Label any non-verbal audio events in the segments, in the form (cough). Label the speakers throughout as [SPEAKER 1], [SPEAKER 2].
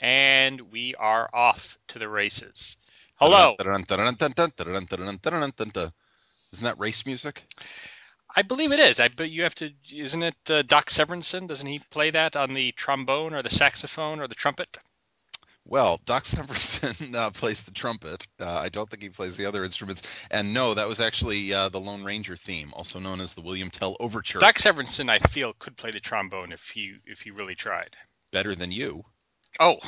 [SPEAKER 1] and we are off to the races. Hello.
[SPEAKER 2] Isn't that race music?
[SPEAKER 1] I believe it is. I but you have to. Isn't it uh, Doc Severinsen? Doesn't he play that on the trombone or the saxophone or the trumpet?
[SPEAKER 2] Well, Doc Severinsen (laughs) uh, plays the trumpet. Uh, I don't think he plays the other instruments. And no, that was actually uh, the Lone Ranger theme, also known as the William Tell Overture.
[SPEAKER 1] Doc Severinsen, I feel, could play the trombone if he if he really tried.
[SPEAKER 2] Better than you,
[SPEAKER 1] Oh,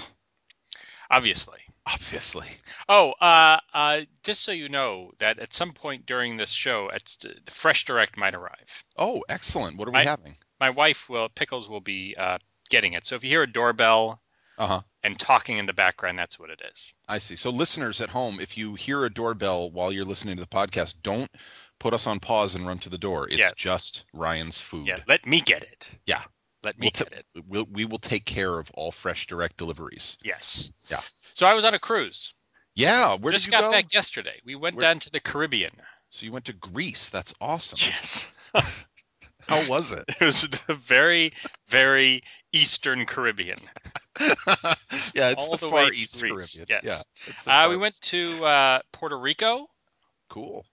[SPEAKER 1] obviously.
[SPEAKER 2] obviously.
[SPEAKER 1] Oh, uh, uh, just so you know that at some point during this show, at the Fresh Direct might arrive.
[SPEAKER 2] Oh, excellent. What are we
[SPEAKER 1] I-
[SPEAKER 2] having?
[SPEAKER 1] My wife will Pickles will be uh, getting it. So if you hear a doorbell
[SPEAKER 2] Uh huh.
[SPEAKER 1] and talking in the background, that's what it is.
[SPEAKER 2] I see. So, listeners at home, if you hear a doorbell while you're listening to the podcast, don't put us on pause and run to the door. It's
[SPEAKER 1] Yeah.
[SPEAKER 2] just Ryan's food.
[SPEAKER 1] Yeah, let me get it.
[SPEAKER 2] Yeah.
[SPEAKER 1] let me
[SPEAKER 2] We'll ta-
[SPEAKER 1] get it.
[SPEAKER 2] We'll, we will take care of all fresh direct deliveries.
[SPEAKER 1] Yes.
[SPEAKER 2] Yeah.
[SPEAKER 1] So I was on a cruise.
[SPEAKER 2] Yeah. Where
[SPEAKER 1] just
[SPEAKER 2] did you
[SPEAKER 1] got
[SPEAKER 2] go?
[SPEAKER 1] back yesterday. We went
[SPEAKER 2] Where-
[SPEAKER 1] down to the Caribbean.
[SPEAKER 2] So, you went to Greece. That's awesome.
[SPEAKER 1] Yes.
[SPEAKER 2] How was it?
[SPEAKER 1] (laughs) It was the very, very Eastern Caribbean.
[SPEAKER 2] (laughs) yeah, it's
[SPEAKER 1] All
[SPEAKER 2] the,
[SPEAKER 1] the way
[SPEAKER 2] Far
[SPEAKER 1] to
[SPEAKER 2] East
[SPEAKER 1] Greece,
[SPEAKER 2] Caribbean.
[SPEAKER 1] yes.
[SPEAKER 2] Yeah, it's the
[SPEAKER 1] Uh,
[SPEAKER 2] Far
[SPEAKER 1] we went to uh, Puerto Rico
[SPEAKER 2] Cool.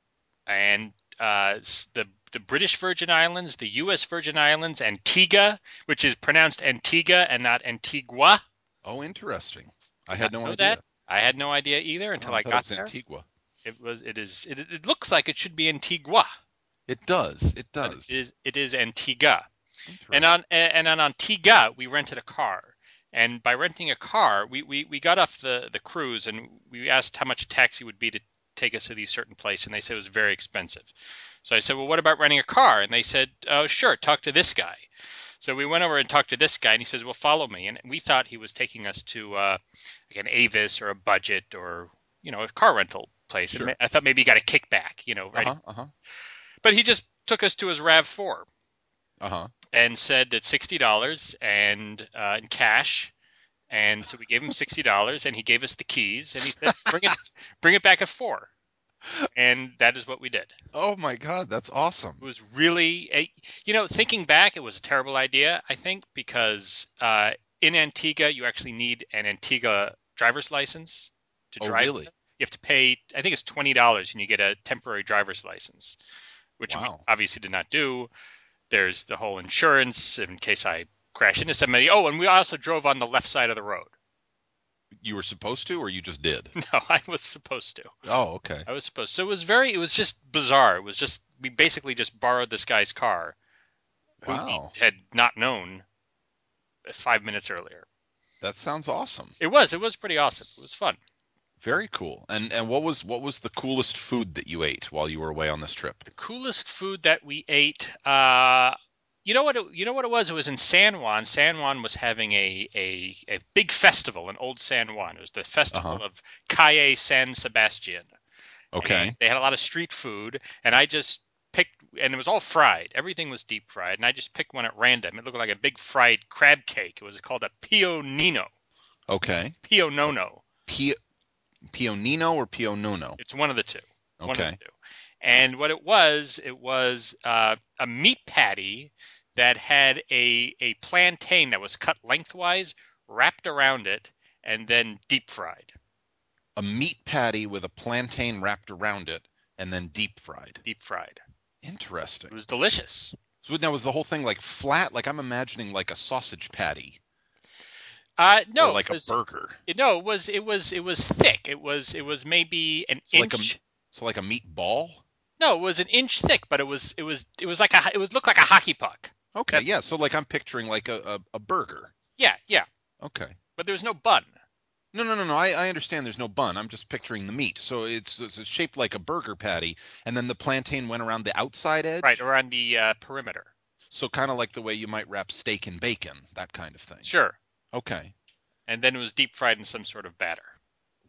[SPEAKER 1] and uh, s- the the British Virgin Islands, the U.S. Virgin Islands, Antigua, which is pronounced Antigua and not Antigua.
[SPEAKER 2] Oh, interesting. I
[SPEAKER 1] Did
[SPEAKER 2] had
[SPEAKER 1] not
[SPEAKER 2] no
[SPEAKER 1] know
[SPEAKER 2] idea
[SPEAKER 1] that. I had no idea either until
[SPEAKER 2] Oh,
[SPEAKER 1] I,
[SPEAKER 2] thought
[SPEAKER 1] got
[SPEAKER 2] it was
[SPEAKER 1] there.
[SPEAKER 2] Antigua.
[SPEAKER 1] It was. It is. It, it looks like it should be Antigua.
[SPEAKER 2] It does. It
[SPEAKER 1] but
[SPEAKER 2] does.
[SPEAKER 1] It is. It is Antigua.
[SPEAKER 2] Interesting.
[SPEAKER 1] And on and on Antigua, we rented a car. And by renting a car, we, we, we got off the, the cruise and we asked how much a taxi would be to take us to the certain place, and they said it was very expensive. So I said, well, what about renting a car? And they said, oh, sure, talk to this guy. So we went over and talked to this guy, and he says, well, follow me. And we thought he was taking us to uh, like an Avis or a Budget or you know a car rental place. And
[SPEAKER 2] Sure.
[SPEAKER 1] I thought maybe he got a kickback, you know, right?
[SPEAKER 2] uh-huh, uh-huh,
[SPEAKER 1] But he just took us to his Rav Four
[SPEAKER 2] uh-huh.
[SPEAKER 1] and said that sixty dollars and uh, in cash, and so we gave him sixty dollars, and he gave us the keys, and he said, "Bring it, bring it back at four. And that is what we did.
[SPEAKER 2] Oh my God, that's awesome.
[SPEAKER 1] It was really, a, you know, thinking back, it was a terrible idea, I think, because uh, in Antigua you actually need an Antigua driver's license to
[SPEAKER 2] Oh,
[SPEAKER 1] drive.
[SPEAKER 2] really?
[SPEAKER 1] You have to pay, I think it's twenty dollars, and you get a temporary driver's license, which we
[SPEAKER 2] Wow.
[SPEAKER 1] obviously did not do. There's the whole insurance in case I crash into somebody. Oh, and we also drove on the left side of the road. (laughs)
[SPEAKER 2] You were supposed to, or you just did?
[SPEAKER 1] No, I was supposed to.
[SPEAKER 2] Oh, okay.
[SPEAKER 1] I was supposed. So it was very. It was just bizarre. It was just we basically just borrowed this guy's car, who
[SPEAKER 2] Wow.
[SPEAKER 1] we had not known uh, five minutes earlier.
[SPEAKER 2] That sounds awesome.
[SPEAKER 1] It was. It was pretty awesome. It was fun.
[SPEAKER 2] Very cool. And and what was what was the coolest food that you ate while you were away on this trip?
[SPEAKER 1] The coolest food that we ate. Uh, you know what? It, you know what it was. It was in San Juan. San Juan was having a a, a big festival in Old San Juan. It was the festival
[SPEAKER 2] Uh-huh.
[SPEAKER 1] of Calle San Sebastian.
[SPEAKER 2] Okay.
[SPEAKER 1] And they had a lot of street food, and I just picked, and it was all fried. Everything was deep fried, and I just picked one at random. It looked like a big fried crab cake. It was called a pio nino,
[SPEAKER 2] Okay.
[SPEAKER 1] pio nono.
[SPEAKER 2] P- Pionino or Pionono?
[SPEAKER 1] It's one of the two. One of
[SPEAKER 2] Okay.
[SPEAKER 1] the two. And what it was, it was uh, a meat patty that had a a plantain that was cut lengthwise, wrapped around it, and then deep fried.
[SPEAKER 2] A meat patty with a plantain wrapped around it and then deep fried.
[SPEAKER 1] Deep fried. It
[SPEAKER 2] Interesting.
[SPEAKER 1] was delicious.
[SPEAKER 2] So now was the whole thing like flat? Like I'm imagining like a sausage patty.
[SPEAKER 1] Uh,
[SPEAKER 2] or
[SPEAKER 1] no,
[SPEAKER 2] like
[SPEAKER 1] it
[SPEAKER 2] a
[SPEAKER 1] was-
[SPEAKER 2] burger.
[SPEAKER 1] It- no, it was it was it was thick. It was it was maybe an
[SPEAKER 2] So like
[SPEAKER 1] inch.
[SPEAKER 2] a- So like a meatball?
[SPEAKER 1] no, it was an inch thick, but it was it was it was like a it was looked like a hockey puck.
[SPEAKER 2] Okay,
[SPEAKER 1] That-
[SPEAKER 2] yeah. So like I'm picturing like a, a, a burger.
[SPEAKER 1] Yeah, yeah,
[SPEAKER 2] Okay.
[SPEAKER 1] but there was no bun.
[SPEAKER 2] No, no, no, no. I, I understand there's no bun. I'm just picturing the meat. So it's, it's shaped like a burger patty, and then the plantain went around the outside edge.
[SPEAKER 1] Right around the uh, perimeter.
[SPEAKER 2] So kind of like the way you might wrap steak and bacon, that kind of thing.
[SPEAKER 1] Sure,
[SPEAKER 2] Okay.
[SPEAKER 1] and then it was deep fried in some sort of batter.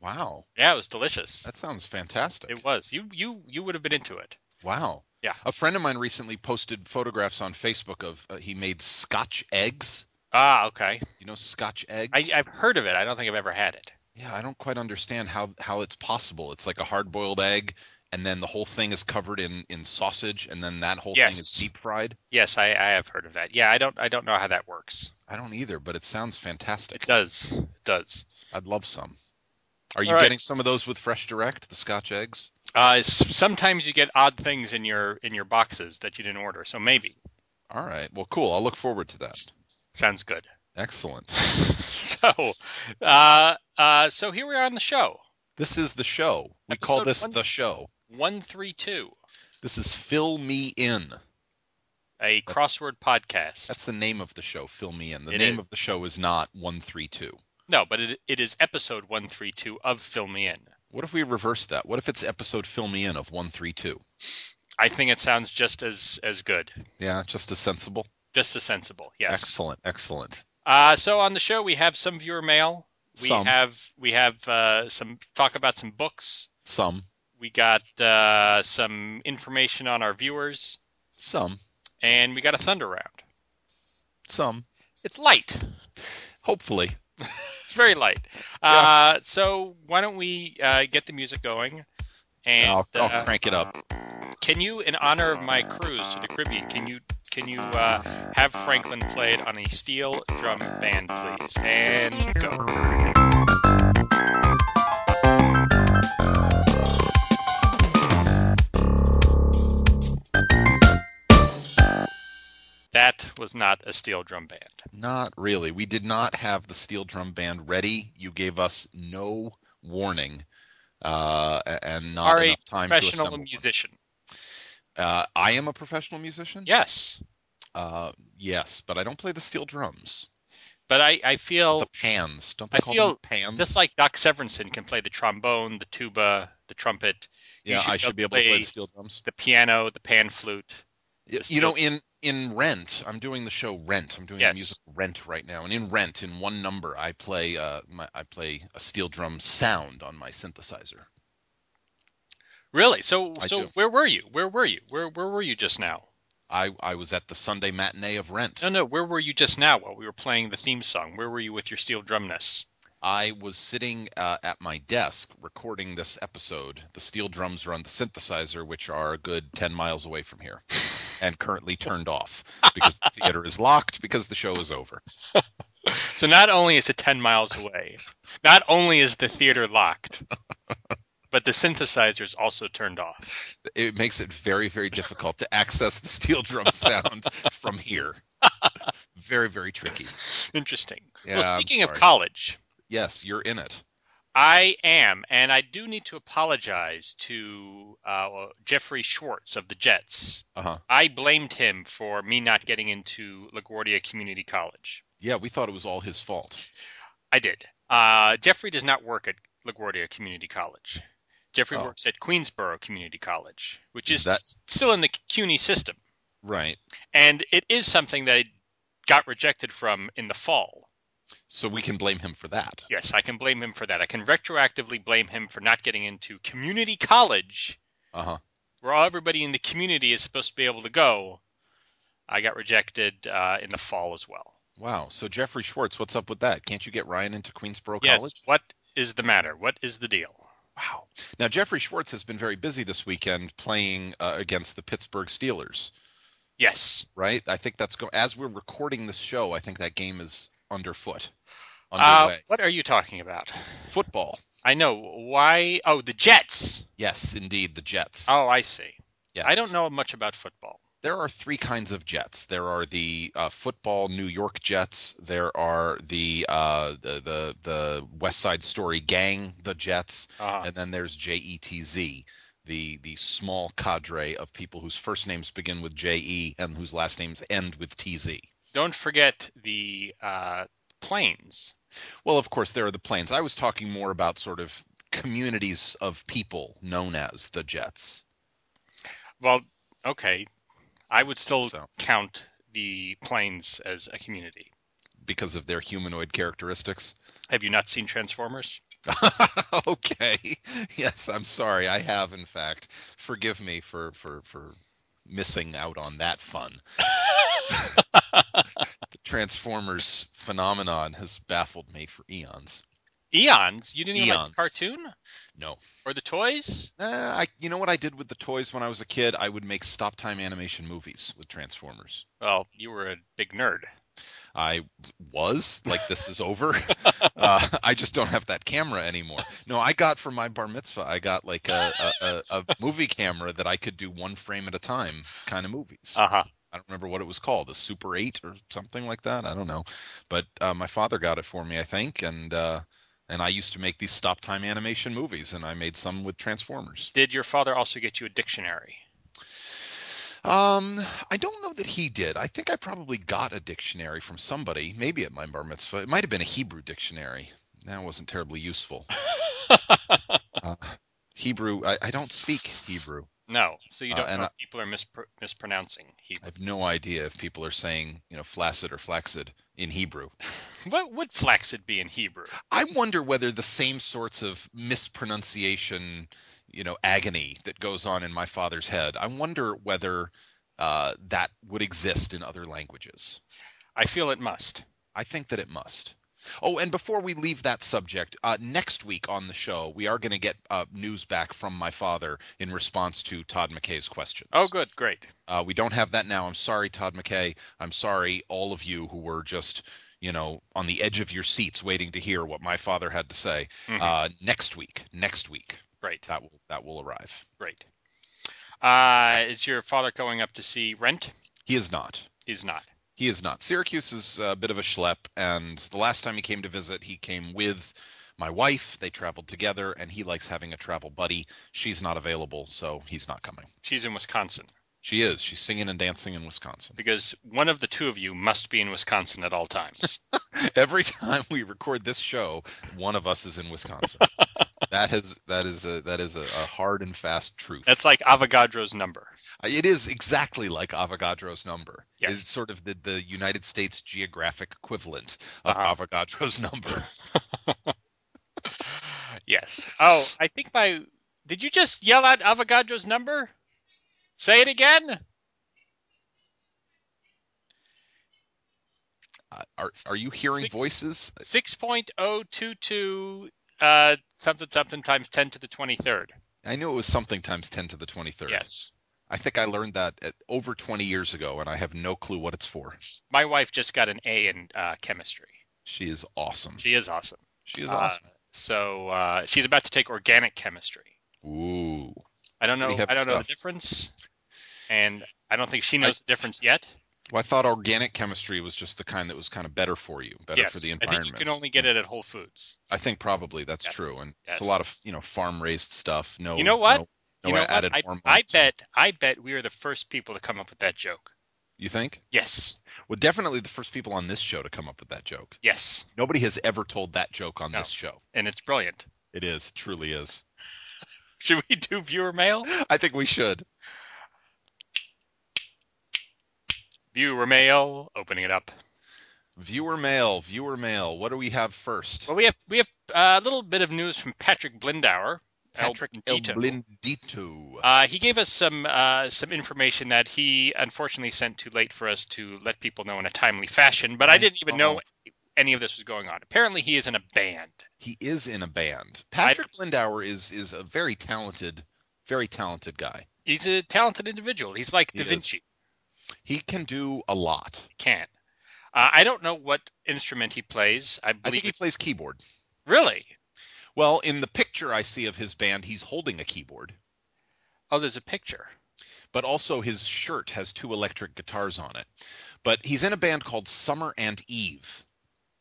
[SPEAKER 2] Wow.
[SPEAKER 1] Yeah, it was delicious.
[SPEAKER 2] That sounds fantastic.
[SPEAKER 1] It was. You you you would have been into it.
[SPEAKER 2] Wow.
[SPEAKER 1] Yeah.
[SPEAKER 2] A friend of mine recently posted photographs on Facebook of uh, he made Scotch eggs.
[SPEAKER 1] Ah, okay.
[SPEAKER 2] You know Scotch eggs?
[SPEAKER 1] I, I've heard of it. I don't think I've ever had it.
[SPEAKER 2] Yeah, I don't quite understand how how it's possible. It's like a hard-boiled egg, and then the whole thing is covered in in sausage, and then that whole thing is
[SPEAKER 1] Yes.
[SPEAKER 2] deep fried.
[SPEAKER 1] Yes, I, I have heard of that. Yeah, I don't I don't know how that works.
[SPEAKER 2] I don't either, but it sounds fantastic.
[SPEAKER 1] It does. It does.
[SPEAKER 2] I'd love some. Are you
[SPEAKER 1] All right.
[SPEAKER 2] getting some of those with fresh direct, the Scotch eggs?
[SPEAKER 1] Uh, s- sometimes you get odd things in your in your boxes that you didn't order, so maybe
[SPEAKER 2] All right. Well, cool. I'll look forward to that.
[SPEAKER 1] sounds good. (laughs)
[SPEAKER 2] Excellent.
[SPEAKER 1] so, uh, uh, so here we are on the show.
[SPEAKER 2] This is the show. We call
[SPEAKER 1] Episode
[SPEAKER 2] this
[SPEAKER 1] one-
[SPEAKER 2] the show.
[SPEAKER 1] One three two,
[SPEAKER 2] This is Fill Me In.
[SPEAKER 1] a
[SPEAKER 2] That's-
[SPEAKER 1] crossword podcast.
[SPEAKER 2] That's the name of the show, Fill Me In. The
[SPEAKER 1] It
[SPEAKER 2] name
[SPEAKER 1] is.
[SPEAKER 2] of the show is not 132.
[SPEAKER 1] No, but it, it is episode one three two of Fill Me In.
[SPEAKER 2] What if we reverse that? What if it's episode Fill Me In of 132?
[SPEAKER 1] I think it sounds just as as good,
[SPEAKER 2] Yeah, just as sensible.
[SPEAKER 1] just as sensible. Yes.
[SPEAKER 2] Excellent. Excellent.
[SPEAKER 1] Uh, so on the show we have some viewer mail. We
[SPEAKER 2] Some.
[SPEAKER 1] have we have uh, some talk about some books.
[SPEAKER 2] Some.
[SPEAKER 1] We got uh, some information on our viewers,
[SPEAKER 2] Some.
[SPEAKER 1] and we got a thunder round.
[SPEAKER 2] Some.
[SPEAKER 1] It's light.
[SPEAKER 2] Hopefully.
[SPEAKER 1] It's very light. Uh, so why don't we uh, get the music going? And
[SPEAKER 2] I'll, I'll
[SPEAKER 1] uh,
[SPEAKER 2] crank it up.
[SPEAKER 1] can you, in honor of my cruise to the Caribbean, can you can you uh, have Franklin played on a steel drum band, please? And go. That was not a steel drum band.
[SPEAKER 2] Not really. We did not have the steel drum band ready. You gave us no warning uh, a- and not
[SPEAKER 1] Are a
[SPEAKER 2] enough time to
[SPEAKER 1] professional
[SPEAKER 2] assemble. one.
[SPEAKER 1] musician.
[SPEAKER 2] Uh, I am a professional musician.
[SPEAKER 1] Yes,
[SPEAKER 2] Uh, yes, but I don't play the steel drums.
[SPEAKER 1] but I, I feel
[SPEAKER 2] The pans. Don't they
[SPEAKER 1] I
[SPEAKER 2] call
[SPEAKER 1] feel
[SPEAKER 2] them pans?
[SPEAKER 1] Just like Doc Severinsen can play the trombone, the tuba, the trumpet, you
[SPEAKER 2] yeah,
[SPEAKER 1] should
[SPEAKER 2] I should be able to play
[SPEAKER 1] play
[SPEAKER 2] the steel drums.
[SPEAKER 1] the piano, the pan flute.
[SPEAKER 2] Y-
[SPEAKER 1] the
[SPEAKER 2] You know,
[SPEAKER 1] steel-
[SPEAKER 2] in in Rent, I'm doing the show Rent. I'm doing
[SPEAKER 1] Yes.
[SPEAKER 2] the music Rent right now, and in Rent, in one number, I play uh, my, I play a steel drum sound on my synthesizer.
[SPEAKER 1] Really? So
[SPEAKER 2] I
[SPEAKER 1] so
[SPEAKER 2] do.
[SPEAKER 1] where were you? Where were you? Where where were you just now?
[SPEAKER 2] I I was at the Sunday matinee of Rent.
[SPEAKER 1] No no, where were you just now while we were playing the theme song? Where were you with your steel drumness?
[SPEAKER 2] I was sitting uh, at my desk recording this episode. The steel drums are on the synthesizer, which are a good 10 miles away from here and currently turned off because the theater is locked because the show is over.
[SPEAKER 1] So not only is it ten miles away, not only is the theater
[SPEAKER 2] (laughs)
[SPEAKER 1] locked, but the synthesizer is also turned off.
[SPEAKER 2] It makes it very, very difficult to access the steel
[SPEAKER 1] (laughs)
[SPEAKER 2] drum sound from here. Very, very tricky.
[SPEAKER 1] Interesting.
[SPEAKER 2] Yeah,
[SPEAKER 1] well
[SPEAKER 2] I'm
[SPEAKER 1] speaking of
[SPEAKER 2] sorry.
[SPEAKER 1] college,
[SPEAKER 2] Yes, you're in it.
[SPEAKER 1] I am, and I do need to apologize to uh, Jeffrey Schwartz of the Jets.
[SPEAKER 2] Uh-huh.
[SPEAKER 1] I blamed him for me not getting into LaGuardia Community College.
[SPEAKER 2] Yeah, we thought it was all his fault.
[SPEAKER 1] I did. Uh, Jeffrey does not work at LaGuardia Community College. Jeffrey
[SPEAKER 2] Oh.
[SPEAKER 1] works at Queensboro Community College, which is
[SPEAKER 2] That's
[SPEAKER 1] still in the CUNY system,
[SPEAKER 2] right.
[SPEAKER 1] and it is something that I got rejected from in the fall.
[SPEAKER 2] So we can blame him for that.
[SPEAKER 1] Yes, I can blame him for that. I can retroactively blame him for not getting into community college
[SPEAKER 2] Uh huh.
[SPEAKER 1] where all everybody in the community is supposed to be able to go, I got rejected uh, in the fall as well.
[SPEAKER 2] Wow. So Jeffrey Schwartz, what's up with that? Can't you get Ryan into Queensboro
[SPEAKER 1] Yes.
[SPEAKER 2] Oh, College?
[SPEAKER 1] What is the matter? What is the deal?
[SPEAKER 2] Wow. Now Jeffrey Schwartz has been very busy this weekend playing uh, against the Pittsburgh Steelers,
[SPEAKER 1] Yes.
[SPEAKER 2] right? I think that's go- as we're recording this show. I think that game is underfoot,
[SPEAKER 1] Uh,
[SPEAKER 2] underway.
[SPEAKER 1] what are you talking about?
[SPEAKER 2] Football.
[SPEAKER 1] I know. Why? Oh, the Jets.
[SPEAKER 2] Yes, indeed, the Jets.
[SPEAKER 1] Oh, I see.
[SPEAKER 2] yes.
[SPEAKER 1] I don't know much about football.
[SPEAKER 2] There are three kinds of Jets. There are the uh, football New York Jets. There are the, uh, the the the West Side Story gang, the Jets,
[SPEAKER 1] Uh,
[SPEAKER 2] and then there's J E T Z, the the small cadre of people whose first names begin with J E and whose last names end with T Z.
[SPEAKER 1] don't forget the uh, planes.
[SPEAKER 2] Well, of course, there are the planes. I was talking more about sort of communities of people known as the Jets.
[SPEAKER 1] Well, okay. I would still
[SPEAKER 2] So
[SPEAKER 1] count the planes as a community.
[SPEAKER 2] because of their humanoid characteristics.
[SPEAKER 1] Have you not seen Transformers?
[SPEAKER 2] (laughs) okay. Yes, I'm sorry. I have, in fact. Forgive me for for for missing out on that fun. the Transformers phenomenon has baffled me for eons.
[SPEAKER 1] Eons? You didn't even like the
[SPEAKER 2] Eons.
[SPEAKER 1] cartoon?
[SPEAKER 2] No.
[SPEAKER 1] Or the toys?
[SPEAKER 2] Uh, I, you know what I did with the toys when I was a kid? I would make stop time animation movies with Transformers.
[SPEAKER 1] Well, you were a big nerd.
[SPEAKER 2] I was like, this is over. uh, I just don't have that camera anymore. No, I got for my bar mitzvah, I got like a, a, a, a movie camera that I could do one frame at a time kind of movies.
[SPEAKER 1] Uh huh.
[SPEAKER 2] I don't remember what it was called, a Super 8 or something like that. I don't know. But uh, my father got it for me, I think. And, uh, and I used to make these stop time animation movies, and I made some with Transformers.
[SPEAKER 1] Did your father also get you a dictionary?
[SPEAKER 2] Um, I don't know that he did. I think I probably got a dictionary from somebody, maybe at my bar mitzvah. It might have been a Hebrew dictionary. That wasn't terribly useful. uh, Hebrew, I, I, don't speak Hebrew.
[SPEAKER 1] No, so you don't
[SPEAKER 2] Uh, and
[SPEAKER 1] know
[SPEAKER 2] I-
[SPEAKER 1] if people are mispr- mispronouncing
[SPEAKER 2] I
[SPEAKER 1] Hebrew.
[SPEAKER 2] have no idea if people are saying, you know, flaccid or flaccid in Hebrew.
[SPEAKER 1] (laughs) What would flaccid be in Hebrew?
[SPEAKER 2] I wonder whether the same sorts of mispronunciation, you know, agony that goes on in my father's head. I wonder whether uh, that would exist in other languages.
[SPEAKER 1] I feel it must.
[SPEAKER 2] I think that it must. Oh, and before we leave that subject, uh, next week on the show, we are going to get uh, news back from my father in response to Todd McKay's questions.
[SPEAKER 1] Oh, good, great.
[SPEAKER 2] Uh, we don't have that now. I'm sorry, Todd McKay. I'm sorry, all of you who were just, you know, on the edge of your seats waiting to hear what my father had to say.
[SPEAKER 1] Mhm.
[SPEAKER 2] Uh, next week, next week,
[SPEAKER 1] Great,
[SPEAKER 2] that will that will arrive.
[SPEAKER 1] great. Uh, is your father going up to see Rent?
[SPEAKER 2] He is not.
[SPEAKER 1] He's not.
[SPEAKER 2] He is not. Syracuse is a bit of a schlep, and the last time he came to visit, he came with my wife. They traveled together, and he likes having a travel buddy. She's not available, so he's not coming.
[SPEAKER 1] She's in Wisconsin
[SPEAKER 2] She is. She's singing and dancing in Wisconsin. (laughs)
[SPEAKER 1] because one of the two of you must be in Wisconsin at all times.
[SPEAKER 2] (laughs) Every time we record this show, one of us is in
[SPEAKER 1] (laughs)
[SPEAKER 2] Wisconsin. that has that is a that is a, a hard and fast truth.
[SPEAKER 1] That's like Avogadro's number.
[SPEAKER 2] It is exactly like Avogadro's number.
[SPEAKER 1] Yes.
[SPEAKER 2] It's sort of the, the United States geographic equivalent of
[SPEAKER 1] Uh-huh.
[SPEAKER 2] Avogadro's (laughs) number.
[SPEAKER 1] Yes. Oh, I think my. Did you just yell out Avogadro's number? Say it again.
[SPEAKER 2] Uh, are are you hearing
[SPEAKER 1] Six-
[SPEAKER 2] voices?
[SPEAKER 1] Six point oh two two uh something something times ten to the twenty third.
[SPEAKER 2] I knew it was something times 10 to the 23rd.
[SPEAKER 1] Yes.
[SPEAKER 2] I think I learned that at, over 20 years ago, and I have no clue what it's for.
[SPEAKER 1] My wife just got an A in uh, chemistry.
[SPEAKER 2] She is awesome.
[SPEAKER 1] She is awesome.
[SPEAKER 2] She is
[SPEAKER 1] uh,
[SPEAKER 2] awesome.
[SPEAKER 1] So uh, she's about to take organic chemistry.
[SPEAKER 2] Ooh.
[SPEAKER 1] I don't know.
[SPEAKER 2] Pretty heavy
[SPEAKER 1] I don't know the
[SPEAKER 2] stuff.
[SPEAKER 1] difference, and I don't think she knows the difference yet.
[SPEAKER 2] Well, I thought organic chemistry was just the kind that was kind of better for you, better
[SPEAKER 1] yes.
[SPEAKER 2] for the
[SPEAKER 1] I
[SPEAKER 2] environment.
[SPEAKER 1] think you can only get it at Whole Foods.
[SPEAKER 2] I think probably that's
[SPEAKER 1] Yes,
[SPEAKER 2] true, and
[SPEAKER 1] yes.
[SPEAKER 2] it's a lot of you know farm raised stuff. No,
[SPEAKER 1] You know what?
[SPEAKER 2] No,
[SPEAKER 1] you
[SPEAKER 2] no
[SPEAKER 1] know what?
[SPEAKER 2] added
[SPEAKER 1] I,
[SPEAKER 2] hormones.
[SPEAKER 1] I bet. I bet we are the first people to come up with that joke.
[SPEAKER 2] You think?
[SPEAKER 1] Yes.
[SPEAKER 2] Well, definitely the first people on this show to come up with that joke.
[SPEAKER 1] Yes.
[SPEAKER 2] Nobody has ever told that joke on
[SPEAKER 1] No.
[SPEAKER 2] this show.
[SPEAKER 1] And it's brilliant. (laughs)
[SPEAKER 2] It is, it truly is.
[SPEAKER 1] Should we do viewer mail?
[SPEAKER 2] I think we should.
[SPEAKER 1] Viewer mail. Opening it up.
[SPEAKER 2] Viewer mail, viewer mail. What do we have first?
[SPEAKER 1] Well, we have we have uh, a little bit of news from Patrick Blindauer. El
[SPEAKER 2] Patrick
[SPEAKER 1] Blindito.
[SPEAKER 2] Blindito.
[SPEAKER 1] Uh, he gave us some uh, some information that he unfortunately sent too late for us to let people know in a timely fashion. But I
[SPEAKER 2] I
[SPEAKER 1] didn't even
[SPEAKER 2] know.
[SPEAKER 1] know any of this was going on. Apparently, he is in a band.
[SPEAKER 2] he is in a band. Patrick Blindauer is is a very talented, very talented guy.
[SPEAKER 1] He's a talented individual. He's like Da
[SPEAKER 2] He is.
[SPEAKER 1] Vinci.
[SPEAKER 2] He can do a lot.
[SPEAKER 1] Can. Uh, I don't know what instrument he plays. I
[SPEAKER 2] I
[SPEAKER 1] believe
[SPEAKER 2] think he plays keyboard.
[SPEAKER 1] really.
[SPEAKER 2] Well, in the picture I see of his band, he's holding a keyboard,
[SPEAKER 1] Oh, there's a picture.
[SPEAKER 2] but also his shirt has two electric guitars on it. But he's in a band called Summer and Eve.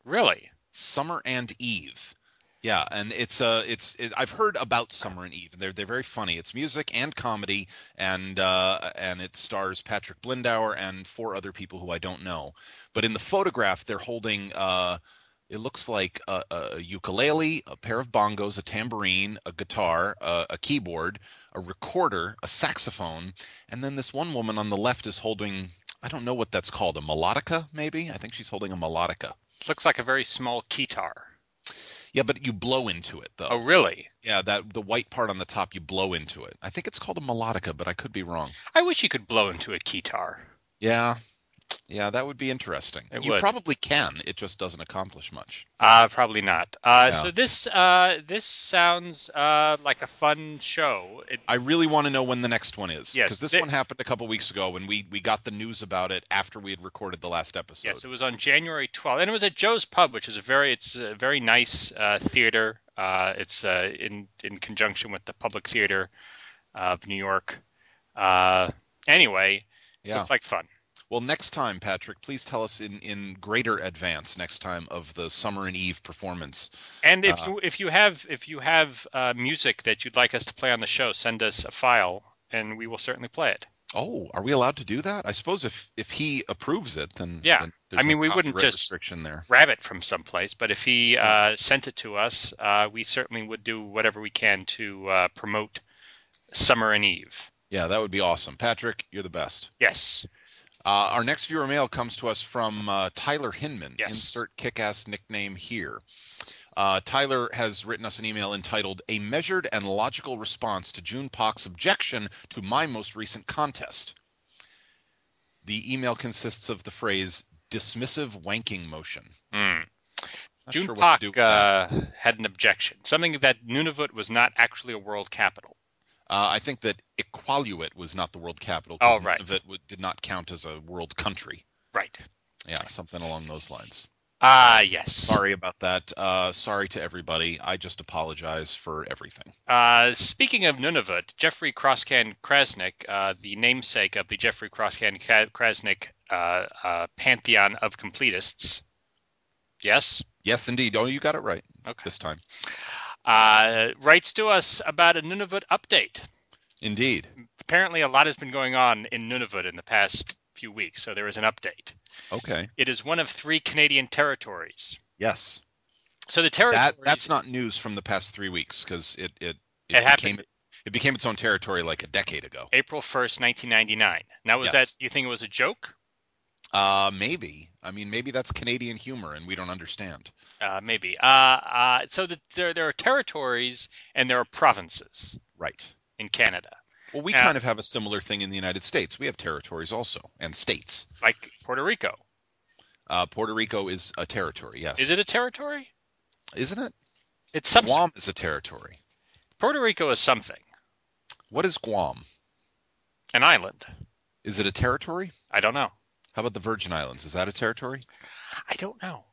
[SPEAKER 1] Really.
[SPEAKER 2] Summer and Eve. Yeah, and it's uh it's it, I've heard about Summer and Eve. and They're they're very funny. It's music and comedy, and uh, and it stars Patrick Blindauer and four other people who I don't know. But in the photograph, they're holding uh, it looks like a, a ukulele, a pair of bongos, a tambourine, a guitar, a, a keyboard, a recorder, a saxophone, and then this one woman on the left is holding I don't know what that's called, a melodica maybe. I think she's holding a melodica.
[SPEAKER 1] Looks like a very small keytar.
[SPEAKER 2] Yeah, but you blow into it though.
[SPEAKER 1] Oh, really?
[SPEAKER 2] Yeah, that the white part on the top, you blow into it. I think it's called a melodica, but I could be wrong.
[SPEAKER 1] I wish you could blow into a keytar.
[SPEAKER 2] Yeah, Yeah, that would be interesting.
[SPEAKER 1] It
[SPEAKER 2] you
[SPEAKER 1] would.
[SPEAKER 2] probably can. It just doesn't accomplish much.
[SPEAKER 1] Uh, probably not. Uh,
[SPEAKER 2] Yeah.
[SPEAKER 1] So this uh, this sounds uh, like a fun show. It,
[SPEAKER 2] I really want to know when the next one is.
[SPEAKER 1] Yes,
[SPEAKER 2] Because this
[SPEAKER 1] they-
[SPEAKER 2] one happened a couple weeks ago when we, we got the news about it after we had recorded the last episode.
[SPEAKER 1] yes, it was on January 12th, and it was at Joe's Pub, which is a very it's a very nice uh, theater. Uh, it's uh, in in conjunction with the Public Theater of New York. Uh, anyway,
[SPEAKER 2] yeah.
[SPEAKER 1] it's like fun.
[SPEAKER 2] Well, next time, Patrick, please tell us in, in greater advance next time of the Summer and Eve performance.
[SPEAKER 1] And if
[SPEAKER 2] Uh,
[SPEAKER 1] you if you have if you have uh, music that you'd like us to play on the show, send us a file, and we will certainly play it.
[SPEAKER 2] Oh, are we allowed to do that? I suppose if, if he approves it, then
[SPEAKER 1] Yeah.
[SPEAKER 2] then there's
[SPEAKER 1] I mean,
[SPEAKER 2] no
[SPEAKER 1] we wouldn't
[SPEAKER 2] copyright
[SPEAKER 1] just-
[SPEAKER 2] restriction there.
[SPEAKER 1] grab it from someplace, but if he
[SPEAKER 2] Hmm.
[SPEAKER 1] uh, sent it to us, uh, we certainly would do whatever we can to uh, promote Summer and Eve.
[SPEAKER 2] Yeah, that would be awesome, Patrick. You're the best.
[SPEAKER 1] Yes.
[SPEAKER 2] Uh, our next viewer mail comes to us from uh, Tyler Hinman.
[SPEAKER 1] Yes.
[SPEAKER 2] Insert kick-ass nickname here. Uh, Tyler has written us an email entitled "A Measured and Logical Response to June Pock's Objection to My Most Recent Contest." The email consists of the phrase "dismissive wanking motion."
[SPEAKER 1] Mm.
[SPEAKER 2] Hmm. Not
[SPEAKER 1] June
[SPEAKER 2] sure what to
[SPEAKER 1] Pak
[SPEAKER 2] do with that.
[SPEAKER 1] uh, had an objection, something that Nunavut was not actually a world capital.
[SPEAKER 2] Uh, I think that Iqaluit was not the world capital.
[SPEAKER 1] Oh,
[SPEAKER 2] 'cause
[SPEAKER 1] right.
[SPEAKER 2] none of it would- did not count as a world country.
[SPEAKER 1] Right.
[SPEAKER 2] Yeah, something along those lines.
[SPEAKER 1] Ah, yes.
[SPEAKER 2] Sorry about that. Uh, sorry to everybody. I just apologize for everything.
[SPEAKER 1] Uh, speaking of Nunavut, Jeffrey Croscan Krasnick, uh, the namesake of the Jeffrey Croscan Ka- Krasnick uh, uh, pantheon of completists. Yes?
[SPEAKER 2] Yes, indeed. Oh, you got it right
[SPEAKER 1] Okay.
[SPEAKER 2] this time.
[SPEAKER 1] uh, writes to us about a Nunavut update.
[SPEAKER 2] Indeed.
[SPEAKER 1] Apparently, a lot has been going on in Nunavut in the past few weeks, so there is an update.
[SPEAKER 2] Okay.
[SPEAKER 1] It is one of three Canadian territories.
[SPEAKER 2] Yes.
[SPEAKER 1] So the territories.
[SPEAKER 2] That that's not news from the past three weeks because it it
[SPEAKER 1] It happened.
[SPEAKER 2] became it became its own territory like a decade ago.
[SPEAKER 1] April 1st, 1999. Now, was
[SPEAKER 2] Yes.
[SPEAKER 1] that, you think it was a joke?
[SPEAKER 2] Uh, maybe. I mean, maybe that's Canadian humor and we don't understand.
[SPEAKER 1] Uh, maybe. Uh, uh, so the, there, there are territories and there are provinces
[SPEAKER 2] Right.
[SPEAKER 1] in Canada,
[SPEAKER 2] Well, we
[SPEAKER 1] Yeah.
[SPEAKER 2] kind of have a similar thing in the United States. We have territories also and states.
[SPEAKER 1] like Puerto Rico.
[SPEAKER 2] Uh, Puerto Rico is a territory. Yes.
[SPEAKER 1] Is it a territory?
[SPEAKER 2] Isn't it?
[SPEAKER 1] It's something.
[SPEAKER 2] Guam is a territory.
[SPEAKER 1] Puerto Rico is something,
[SPEAKER 2] What is Guam?
[SPEAKER 1] an island.
[SPEAKER 2] Is it a territory?
[SPEAKER 1] I don't know.
[SPEAKER 2] How about the Virgin Islands? Is that a territory?
[SPEAKER 1] I don't know.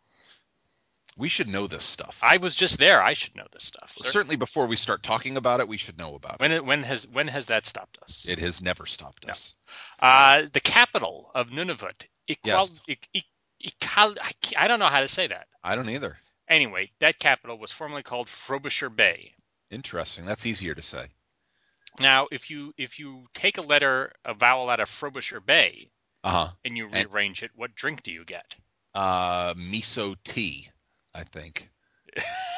[SPEAKER 2] We should know this stuff.
[SPEAKER 1] I was just there. I should know this stuff.
[SPEAKER 2] certainly before we start talking about it, we should know about it.
[SPEAKER 1] When when has when has that stopped us?
[SPEAKER 2] It has never stopped us.
[SPEAKER 1] Uh, the capital of Nunavut, Iqal,
[SPEAKER 2] Yes.
[SPEAKER 1] I, I, Iqal- I ca- I don't know how to say that.
[SPEAKER 2] I don't either.
[SPEAKER 1] Anyway, that capital was formerly called Frobisher Bay.
[SPEAKER 2] Interesting. That's easier to say.
[SPEAKER 1] Now, if you if you take a letter a vowel out of Frobisher Bay
[SPEAKER 2] Uh-huh.
[SPEAKER 1] and you
[SPEAKER 2] And-
[SPEAKER 1] rearrange it, what drink do you get?
[SPEAKER 2] Uh Miso tea, I think. (laughs)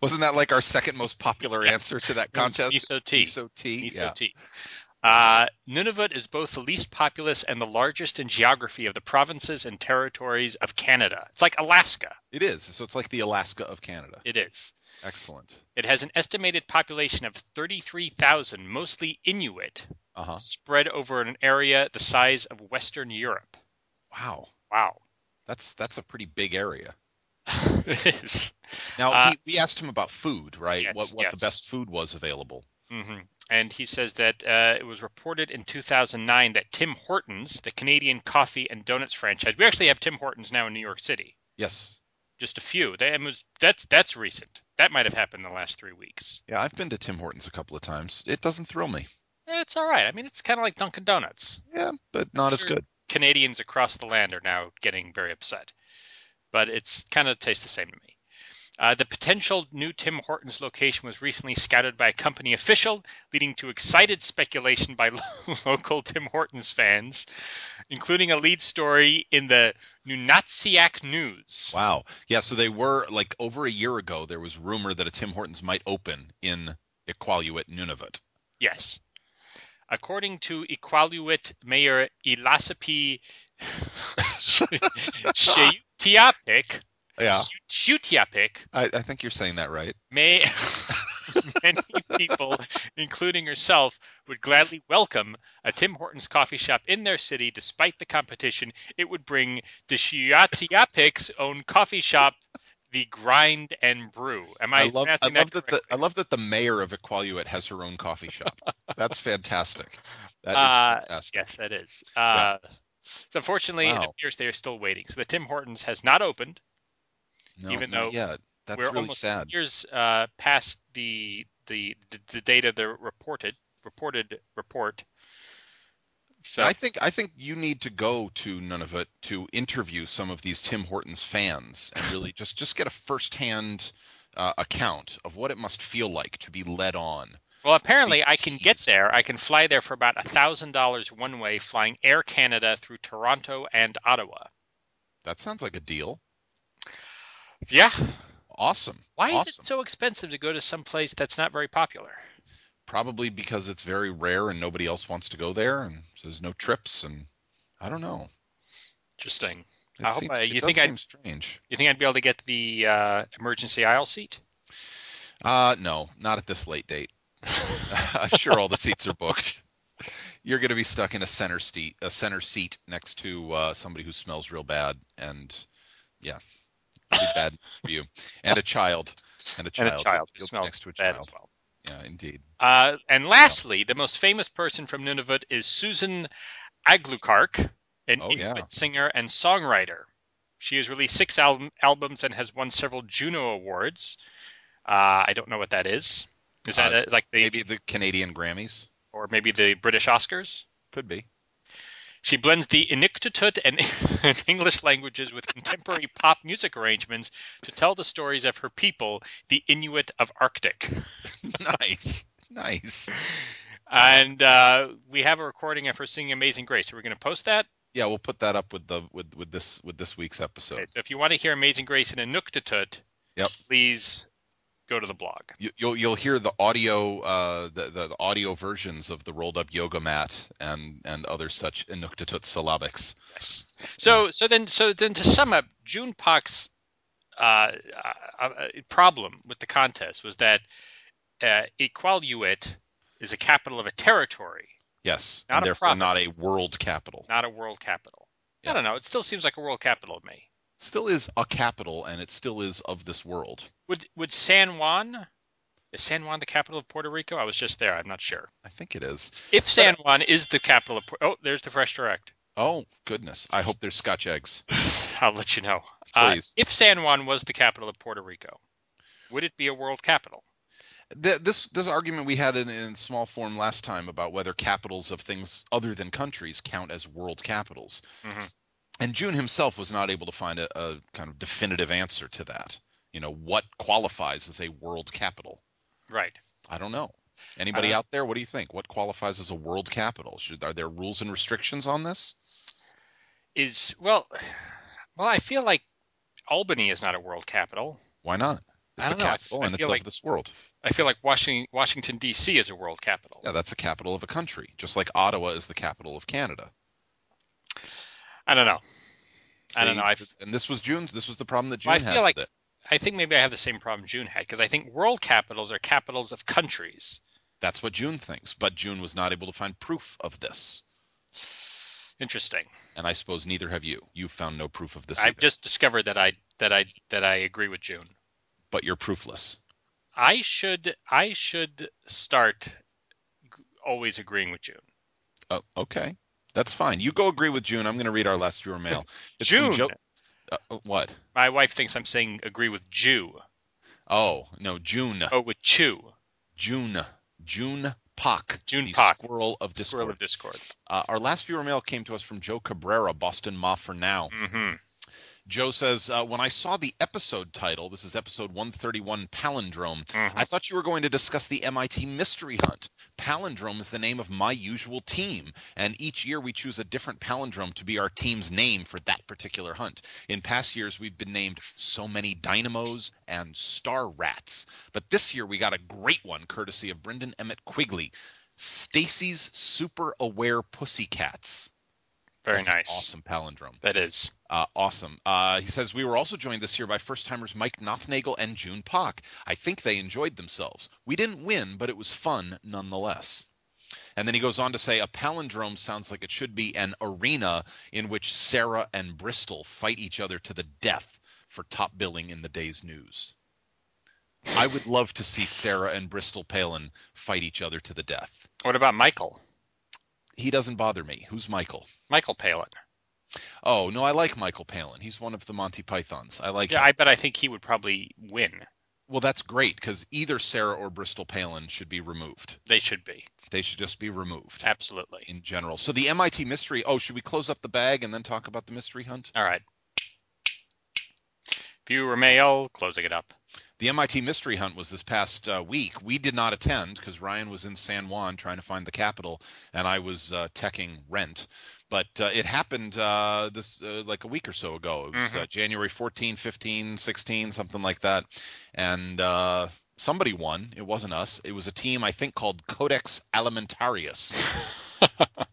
[SPEAKER 2] Wasn't that like our second most popular answer
[SPEAKER 1] (laughs)
[SPEAKER 2] to that
[SPEAKER 1] It was
[SPEAKER 2] contest?
[SPEAKER 1] Miso tea.
[SPEAKER 2] Miso tea.
[SPEAKER 1] Miso
[SPEAKER 2] yeah.
[SPEAKER 1] tea. Uh, Nunavut is both the least populous and the largest in geography of the provinces and territories of Canada. It's like Alaska.
[SPEAKER 2] It is. So it's like the Alaska of Canada.
[SPEAKER 1] It is.
[SPEAKER 2] Excellent.
[SPEAKER 1] It has an estimated population of 33,000, mostly Inuit,
[SPEAKER 2] Uh-huh.
[SPEAKER 1] spread over an area the size of Western Europe.
[SPEAKER 2] Wow.
[SPEAKER 1] Wow. (laughs)
[SPEAKER 2] That's that's a pretty big area.
[SPEAKER 1] it is.
[SPEAKER 2] Now
[SPEAKER 1] Uh,
[SPEAKER 2] he, we asked him about food, right?
[SPEAKER 1] Yes,
[SPEAKER 2] what what
[SPEAKER 1] yes.
[SPEAKER 2] the best food was available.
[SPEAKER 1] hmm And he says that uh, it was reported in 2009 that Tim Hortons, the Canadian coffee and donuts franchise, we actually have Tim Hortons now in New York City,
[SPEAKER 2] Yes.
[SPEAKER 1] just a few. They, it was, that's, that's recent. That might have happened in the last three weeks.
[SPEAKER 2] Yeah, I've been to Tim Hortons a couple of times. It doesn't thrill me.
[SPEAKER 1] It's all right. I mean, it's kind of like Dunkin' Donuts.
[SPEAKER 2] Yeah, but not as
[SPEAKER 1] Sure.
[SPEAKER 2] good.
[SPEAKER 1] Canadians across the land are now getting very upset, but it's kind of tastes the same to me. Uh, the potential new Tim Hortons location was recently scouted by a company official, leading to excited speculation by (laughs) lo- local Tim Hortons fans, including a lead story in the Nunatsiak News.
[SPEAKER 2] Wow. Yeah, so they were like over a year ago there was rumor that a Tim Hortons might open in Iqaluit, Nunavut.
[SPEAKER 1] Yes. According to Iqaluit Mayor Ilasapi Shutiapik,
[SPEAKER 2] Yeah.
[SPEAKER 1] (laughs) Shutiapik
[SPEAKER 2] I, I think you're saying that right.
[SPEAKER 1] may (laughs) many people, including herself, would gladly welcome a Tim Hortons coffee shop in their city despite the competition it would bring to Shiatiapic's own coffee shop, the Grind and Brew. Am I,
[SPEAKER 2] I love, I
[SPEAKER 1] pronouncing
[SPEAKER 2] love
[SPEAKER 1] that
[SPEAKER 2] that the
[SPEAKER 1] correctly?
[SPEAKER 2] I love that the mayor of Iqaluit has her own coffee shop. That's fantastic. That is
[SPEAKER 1] Uh,
[SPEAKER 2] fantastic.
[SPEAKER 1] Yes, that is. Uh, So unfortunately, it
[SPEAKER 2] Wow.
[SPEAKER 1] appears they are still waiting. So the Tim Hortons has not opened.
[SPEAKER 2] No,
[SPEAKER 1] even
[SPEAKER 2] not
[SPEAKER 1] though
[SPEAKER 2] yet. that's
[SPEAKER 1] we're
[SPEAKER 2] really
[SPEAKER 1] almost
[SPEAKER 2] sad.
[SPEAKER 1] Years uh, past the the the- the date of the reported reported report. So
[SPEAKER 2] I think I think you need to go to Nunavut to interview some of these Tim Hortons fans and
[SPEAKER 1] (laughs)
[SPEAKER 2] really just just get a firsthand uh, account of what it must feel like to be led on.
[SPEAKER 1] Well, apparently I can get
[SPEAKER 2] Jeez.
[SPEAKER 1] there. I can fly there for about thousand dollars one way, flying Air Canada through Toronto and Ottawa.
[SPEAKER 2] That sounds like a deal.
[SPEAKER 1] Yeah.
[SPEAKER 2] Awesome.
[SPEAKER 1] Why
[SPEAKER 2] awesome.
[SPEAKER 1] is it so expensive to go to some place that's not very popular?
[SPEAKER 2] Probably because it's very rare and nobody else wants to go there, and so there's no trips, and I don't know.
[SPEAKER 1] Interesting.
[SPEAKER 2] It
[SPEAKER 1] I hope
[SPEAKER 2] seems,
[SPEAKER 1] I-
[SPEAKER 2] it
[SPEAKER 1] you
[SPEAKER 2] does
[SPEAKER 1] think I-
[SPEAKER 2] seem strange.
[SPEAKER 1] You think I'd be able to get the uh, emergency aisle seat?
[SPEAKER 2] Uh, no, not at this late date. (laughs) I'm sure all the seats are booked. You're going to be stuck in a center seat, a center seat next to uh, somebody who smells real bad, and yeah, it'll be bad for you, and a child, and a child,
[SPEAKER 1] And a child who
[SPEAKER 2] You'll be
[SPEAKER 1] smells
[SPEAKER 2] next to a
[SPEAKER 1] bad
[SPEAKER 2] child.
[SPEAKER 1] as well.
[SPEAKER 2] Yeah, indeed.
[SPEAKER 1] Uh, and lastly, the most famous person from Nunavut is Susan Aglukark, an
[SPEAKER 2] Oh,
[SPEAKER 1] Inuit
[SPEAKER 2] yeah.
[SPEAKER 1] singer and songwriter. She has released six album, albums and has won several Juno Awards. Uh, I don't know what that is. Is that
[SPEAKER 2] Uh,
[SPEAKER 1] uh like the
[SPEAKER 2] Maybe the Canadian Grammys
[SPEAKER 1] or maybe the British Oscars?
[SPEAKER 2] could be. (laughs)
[SPEAKER 1] She blends the Inuktitut and, (laughs) and English languages with contemporary pop music arrangements to tell the stories of her people, the Inuit of Arctic.
[SPEAKER 2] nice, nice.
[SPEAKER 1] And uh, we have a recording of her singing "Amazing Grace." So we're going to post that.
[SPEAKER 2] Yeah, we'll put that up with the with with this with this week's episode.
[SPEAKER 1] Okay, so if you want to hear Amazing Grace in Inuktitut,
[SPEAKER 2] Yep.
[SPEAKER 1] please go to the blog.
[SPEAKER 2] you, you'll you'll hear the audio uh, the, the the audio versions of the rolled up yoga mat and and other such inuktitut syllabics.
[SPEAKER 1] Yes. So so then so then to sum up, June Pak's uh, uh, uh, problem with the contest was that uh, Iqaluit is a capital of a territory,
[SPEAKER 2] Yes,
[SPEAKER 1] Not
[SPEAKER 2] and
[SPEAKER 1] a
[SPEAKER 2] therefore not a
[SPEAKER 1] province.
[SPEAKER 2] world capital.
[SPEAKER 1] not a world capital.
[SPEAKER 2] Yeah.
[SPEAKER 1] I don't know. It still seems like a world capital to me.
[SPEAKER 2] Still is a capital, and it still is of this world.
[SPEAKER 1] Would would San Juan is San Juan the capital of Puerto Rico? I was just there. I'm not sure.
[SPEAKER 2] I think it is.
[SPEAKER 1] If San Juan is the capital of Pu- oh, there's the fresh direct.
[SPEAKER 2] Oh goodness! I hope there's Scotch eggs.
[SPEAKER 1] (laughs) I'll let you know. Uh,
[SPEAKER 2] Please.
[SPEAKER 1] if San Juan was the capital of Puerto Rico, would it be a world capital?
[SPEAKER 2] Th- this this argument we had in, in small form last time about whether capitals of things other than countries count as world capitals.
[SPEAKER 1] Mhm.
[SPEAKER 2] And June himself was not able to find a, a kind of definitive answer to that. You know, what qualifies as a world capital?
[SPEAKER 1] Right.
[SPEAKER 2] I don't know. Anybody
[SPEAKER 1] Uh,
[SPEAKER 2] out there, what do you think? What qualifies as a world capital? Should, are there rules and restrictions on this?
[SPEAKER 1] Is well, well, I feel like Albany is not a world capital.
[SPEAKER 2] Why not?
[SPEAKER 1] I
[SPEAKER 2] It's a
[SPEAKER 1] don't know. I f-
[SPEAKER 2] capital
[SPEAKER 1] I
[SPEAKER 2] and it's
[SPEAKER 1] feel like-
[SPEAKER 2] of this world.
[SPEAKER 1] I feel like Washington, Washington D.C. is a world capital.
[SPEAKER 2] Yeah, that's a capital of a country, just like Ottawa is the capital of Canada.
[SPEAKER 1] I don't know. I don't
[SPEAKER 2] See,
[SPEAKER 1] know. I,
[SPEAKER 2] and this was June's. This was the problem that June
[SPEAKER 1] Well, I
[SPEAKER 2] had.
[SPEAKER 1] feel like-
[SPEAKER 2] with it.
[SPEAKER 1] I think maybe I have the same problem June had because I think world capitals are capitals of countries.
[SPEAKER 2] That's what June thinks, but June was not able to find proof of this.
[SPEAKER 1] Interesting.
[SPEAKER 2] And I suppose neither have you. You've found no proof of this,
[SPEAKER 1] I've
[SPEAKER 2] either,
[SPEAKER 1] just discovered that I that I that I agree with June.
[SPEAKER 2] but you're proofless.
[SPEAKER 1] I should I should start g- always agreeing with June.
[SPEAKER 2] Oh, okay, that's fine. You go agree with June. I'm going to read our last
[SPEAKER 1] (laughs)
[SPEAKER 2] viewer mail. It's from
[SPEAKER 1] June.
[SPEAKER 2] uh, uh, what?
[SPEAKER 1] My wife thinks I'm saying agree with Jew.
[SPEAKER 2] Oh no, June.
[SPEAKER 1] Oh, with Chew.
[SPEAKER 2] June. June Pock.
[SPEAKER 1] June
[SPEAKER 2] the
[SPEAKER 1] Pak.
[SPEAKER 2] Squirrel of Discord.
[SPEAKER 1] Squirrel of Discord.
[SPEAKER 2] Uh, our last viewer mail came to us from Joe Cabrera, Boston Ma for now.
[SPEAKER 1] Mm-hmm.
[SPEAKER 2] Joe says, uh, when I saw the episode title, this is episode 131, Palindrome,
[SPEAKER 1] mm-hmm.
[SPEAKER 2] I thought you were going to discuss the MIT Mystery Hunt. Palindrome is the name of my usual team, and each year we choose a different palindrome to be our team's name for that particular hunt. In past years, we've been named So Many Dynamos and Star Rats, but this year we got a great one courtesy of Brendan Emmett Quigley Stacy's Super Aware Pussycats.
[SPEAKER 1] Very
[SPEAKER 2] That's an
[SPEAKER 1] nice.
[SPEAKER 2] awesome palindrome.
[SPEAKER 1] That is.
[SPEAKER 2] Uh, awesome. Uh, he says we were also joined this year by first timers Mike Nothnagel and June Pock. I think they enjoyed themselves. We didn't win, but it was fun nonetheless. And then he goes on to say a palindrome sounds like it should be an arena in which Sarah and Bristol fight each other to the death for top billing in the day's news. I would love to see Sarah and Bristol Palin fight each other to the death.
[SPEAKER 1] What about Michael?
[SPEAKER 2] He doesn't bother me. Who's Michael?
[SPEAKER 1] Michael Palin.
[SPEAKER 2] Oh, no, I like Michael Palin. He's one of the Monty Pythons. I like
[SPEAKER 1] Yeah,
[SPEAKER 2] him.
[SPEAKER 1] I bet I think he would probably win.
[SPEAKER 2] Well, that's great because either Sarah or Bristol Palin should be removed.
[SPEAKER 1] They should be.
[SPEAKER 2] They should just be removed
[SPEAKER 1] Absolutely.
[SPEAKER 2] in general. So the MIT mystery. Oh, should we close up the bag and then talk about the mystery hunt?
[SPEAKER 1] All right. Viewer mail, closing it up.
[SPEAKER 2] The MIT mystery hunt was this past uh, week. We did not attend because Ryan was in San Juan trying to find the capital, and I was uh, teching rent. But uh, it happened uh, this uh, like a week or so ago. It was
[SPEAKER 1] Mm-hmm.
[SPEAKER 2] uh, January 14, 15, 16, something like that. And uh, somebody won. It wasn't us. It was a team I think called Codex
[SPEAKER 1] (laughs)
[SPEAKER 2] Alimentarius,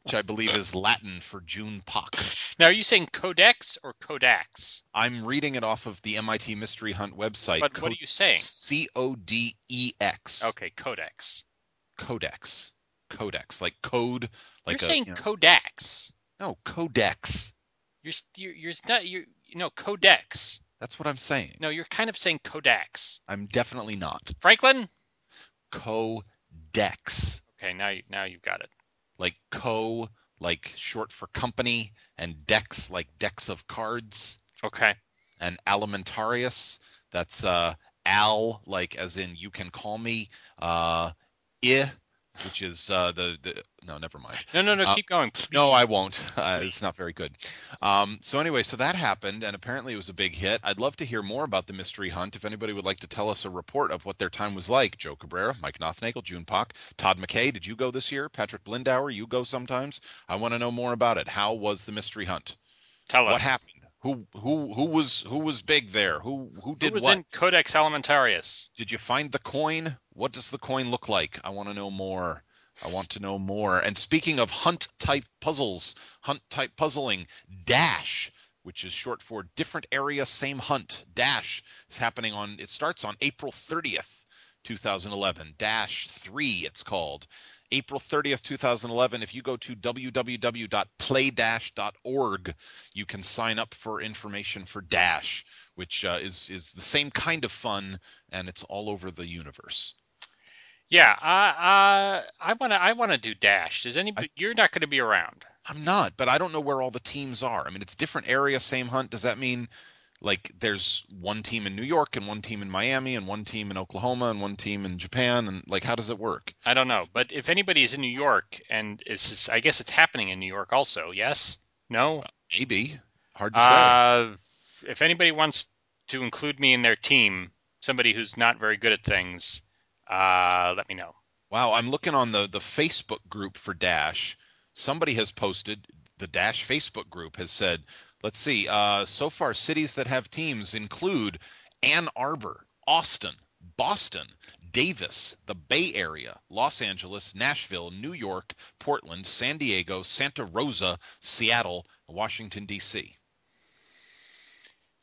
[SPEAKER 2] which I believe is Latin for June Pock.
[SPEAKER 1] Now, are you saying codex or codax?
[SPEAKER 2] I'm reading it off of the MIT Mystery Hunt website.
[SPEAKER 1] But what are you saying?
[SPEAKER 2] C O D E X
[SPEAKER 1] Okay, codex.
[SPEAKER 2] codex codex like code like
[SPEAKER 1] you're
[SPEAKER 2] a,
[SPEAKER 1] saying
[SPEAKER 2] you know-
[SPEAKER 1] codax.
[SPEAKER 2] no codex
[SPEAKER 1] You're s- you're, you're not you're no codex.
[SPEAKER 2] that's what i'm saying
[SPEAKER 1] No, you're kind of saying codax.
[SPEAKER 2] i'm definitely not
[SPEAKER 1] Franklin.
[SPEAKER 2] codex
[SPEAKER 1] Okay, now you now you've got it.
[SPEAKER 2] like co like short for company and dex like decks of cards
[SPEAKER 1] Okay.
[SPEAKER 2] and alimentarius that's uh al like as in you can call me uh i which is uh the, the no never mind
[SPEAKER 1] No, no, no.
[SPEAKER 2] Uh,
[SPEAKER 1] keep going. please.
[SPEAKER 2] No, I won't. (laughs) Uh,
[SPEAKER 1] Please.
[SPEAKER 2] it's not very good. Um, so anyway, so that happened, and apparently it was a big hit. I'd love to hear more about the mystery hunt. If anybody would like to tell us a report of what their time was like, Joe Cabrera, Mike Nothnagel, June Pock, Todd McKay, did you go this year? Patrick Blindauer, you go sometimes. I want to know more about it. How was the mystery hunt?
[SPEAKER 1] Tell us
[SPEAKER 2] What happened? Who who who was who was big there? Who who
[SPEAKER 1] Who
[SPEAKER 2] did
[SPEAKER 1] was
[SPEAKER 2] what?
[SPEAKER 1] in Codex Alimentarius?
[SPEAKER 2] Did you find the coin? What does the coin look like? I want to know more. I want to know more. And speaking of hunt type puzzles, hunt type puzzling, Dash, which is short for different area, same hunt, Dash is happening on, it starts on April 30th, 2011. Dash 3, it's called. April 30th, 2011. If you go to www.play-org, you can sign up for information for Dash, which uh, is is the same kind of fun, and it's all over the universe.
[SPEAKER 1] Yeah, I I want to I want to do Dash. Does anybody? you're not going to be around.
[SPEAKER 2] I'm not, but I don't know where all the teams are. I mean, it's different area, same hunt. Does that mean like there's one team in New York and one team in Miami and one team in Oklahoma and one team in Japan and like how does it work?
[SPEAKER 1] I don't know, but if anybody is in New York and it's just, I guess it's happening in New York also. Yes? No?
[SPEAKER 2] Maybe hard to say.
[SPEAKER 1] Uh, if anybody wants to include me in their team, somebody who's not very good at things, uh, let me know.
[SPEAKER 2] Wow, I'm looking on the the Facebook group for Dash. Somebody has posted the Dash Facebook group has said, let's see, uh, so far cities that have teams include Ann Arbor, Austin, Boston, Davis, the Bay Area, Los Angeles, Nashville, New York, Portland, San Diego, Santa Rosa, Seattle, Washington D.C.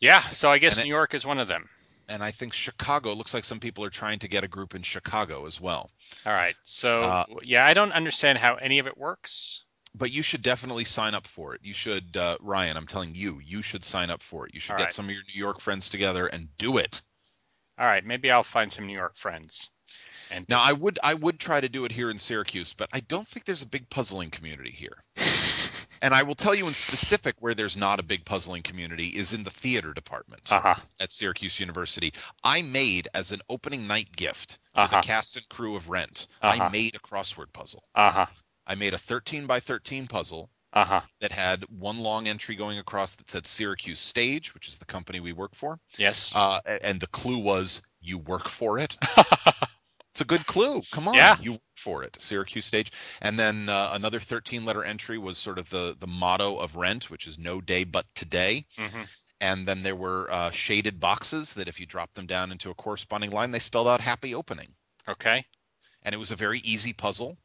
[SPEAKER 1] Yeah, so I guess
[SPEAKER 2] And it-
[SPEAKER 1] New York is one of them.
[SPEAKER 2] And I think Chicago looks like some people are trying to get a group in Chicago as well.
[SPEAKER 1] All right. So
[SPEAKER 2] Uh,
[SPEAKER 1] yeah, I don't understand how any of it works.
[SPEAKER 2] but you should definitely sign up for it. You should, uh, Ryan. I'm telling you, you should sign up for it. You should
[SPEAKER 1] All
[SPEAKER 2] get
[SPEAKER 1] right.
[SPEAKER 2] some of your New York friends together and do it.
[SPEAKER 1] All right, maybe I'll find some New York friends. And
[SPEAKER 2] Now, I would, I would try to do it here in Syracuse, but I don't think there's a big puzzling
[SPEAKER 1] (laughs)
[SPEAKER 2] community here. and I will tell you in specific where there's not a big puzzling community is in the theater department
[SPEAKER 1] uh huh.
[SPEAKER 2] at Syracuse University. I made as an opening night gift to
[SPEAKER 1] Uh-huh.
[SPEAKER 2] the cast and crew of Rent.
[SPEAKER 1] Uh-huh.
[SPEAKER 2] I made a crossword puzzle.
[SPEAKER 1] Uh huh.
[SPEAKER 2] I made a 13 by 13 puzzle
[SPEAKER 1] Uh huh.
[SPEAKER 2] that had one long entry going across that said Syracuse Stage, which is the company we work for.
[SPEAKER 1] Yes.
[SPEAKER 2] Uh, a- and the clue was you work for it. (laughs) it's a good clue. Come on,
[SPEAKER 1] Yeah.
[SPEAKER 2] you work for it, Syracuse Stage. And then uh, another 13 letter entry was sort of the the motto of Rent, which is no day but today.
[SPEAKER 1] hmm
[SPEAKER 2] And then there were uh, shaded boxes that if you dropped them down into a corresponding line, they spelled out happy opening
[SPEAKER 1] Okay.
[SPEAKER 2] and it was a very easy puzzle.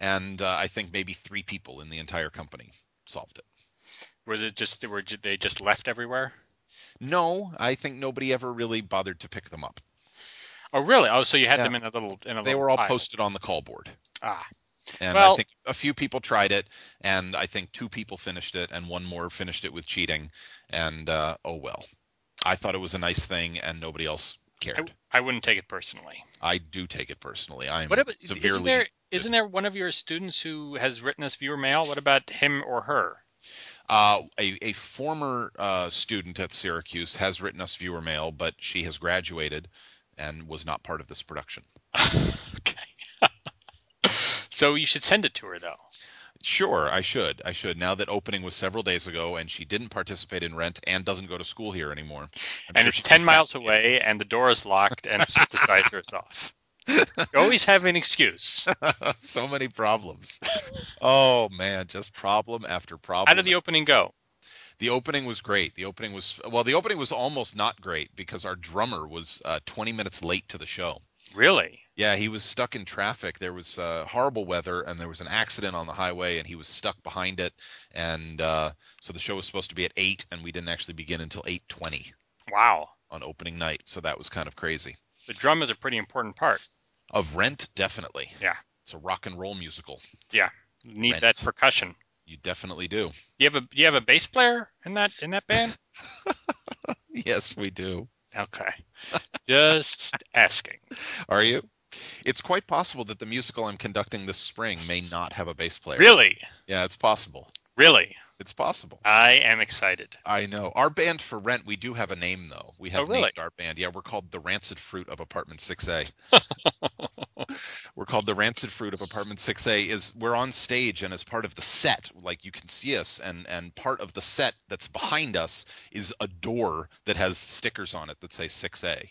[SPEAKER 2] And uh, I think maybe three people in the entire company solved it.
[SPEAKER 1] Was it just they were ju- they just left everywhere?
[SPEAKER 2] No, I think nobody ever really bothered to pick them up.
[SPEAKER 1] Oh, really? Oh, so you had
[SPEAKER 2] Yeah.
[SPEAKER 1] them in a little in a
[SPEAKER 2] They
[SPEAKER 1] little
[SPEAKER 2] were all
[SPEAKER 1] pile.
[SPEAKER 2] posted on the call board.
[SPEAKER 1] Ah,
[SPEAKER 2] And I
[SPEAKER 1] Well-
[SPEAKER 2] think a few people tried it, and I think two people finished it, and one more finished it with cheating. And uh, oh well, I thought it was a nice thing, and nobody else
[SPEAKER 1] I,
[SPEAKER 2] cared.
[SPEAKER 1] I wouldn't take it personally.
[SPEAKER 2] I, do take it personally. I'm
[SPEAKER 1] What about
[SPEAKER 2] severely.
[SPEAKER 1] isn't there isn't there one of your students who has written us viewer mail? What about him or her?
[SPEAKER 2] Uh, a, a former uh, student at Syracuse has written us viewer mail, but she has graduated and was not part of this production.
[SPEAKER 1] okay. so you should send it to her though.
[SPEAKER 2] Sure, I should. I should. Now that opening was several days ago, and she didn't participate in rent and doesn't go to school here anymore. I'm
[SPEAKER 1] and
[SPEAKER 2] sure
[SPEAKER 1] it's
[SPEAKER 2] she's
[SPEAKER 1] 10 miles
[SPEAKER 2] fascinated.
[SPEAKER 1] away and the door is locked and the synthesizer is
[SPEAKER 2] (laughs)
[SPEAKER 1] off you always have an excuse
[SPEAKER 2] uh, so many problems. (laughs) oh man, just problem after problem.
[SPEAKER 1] how did the opening go
[SPEAKER 2] The opening was great. The opening was well. The opening was almost not great because our drummer was uh, 20 minutes late to the show.
[SPEAKER 1] really
[SPEAKER 2] Yeah, he was stuck in traffic. There was uh, horrible weather, and there was an accident on the highway, and he was stuck behind it. And uh, so the show was supposed to be at eight, and we didn't actually begin until 8:20
[SPEAKER 1] wow
[SPEAKER 2] on opening night. So that was kind of crazy.
[SPEAKER 1] the drum is a pretty important part
[SPEAKER 2] Of Rent, definitely.
[SPEAKER 1] Yeah.
[SPEAKER 2] it's a rock and roll musical.
[SPEAKER 1] need
[SPEAKER 2] Right.
[SPEAKER 1] that percussion
[SPEAKER 2] You definitely do.
[SPEAKER 1] you have a you have a bass player in that in that band
[SPEAKER 2] (laughs) Yes, we do.
[SPEAKER 1] okay (laughs) just asking
[SPEAKER 2] Are you? It's quite possible that the musical I'm conducting this spring may not have a bass player.
[SPEAKER 1] really
[SPEAKER 2] Yeah, it's possible.
[SPEAKER 1] really
[SPEAKER 2] It's possible.
[SPEAKER 1] i am excited
[SPEAKER 2] I know. Our band for rent, we do have a name though. We have
[SPEAKER 1] Oh, really?
[SPEAKER 2] named our band. Yeah, we're called the Rancid Fruit of Apartment
[SPEAKER 1] (laughs)
[SPEAKER 2] 6A. we're called the Rancid Fruit of Apartment 6A. Is we're on stage and as part of the set, like you can see us, and and part of the set that's behind us is a door that has stickers on it that
[SPEAKER 1] (laughs)
[SPEAKER 2] say 6A.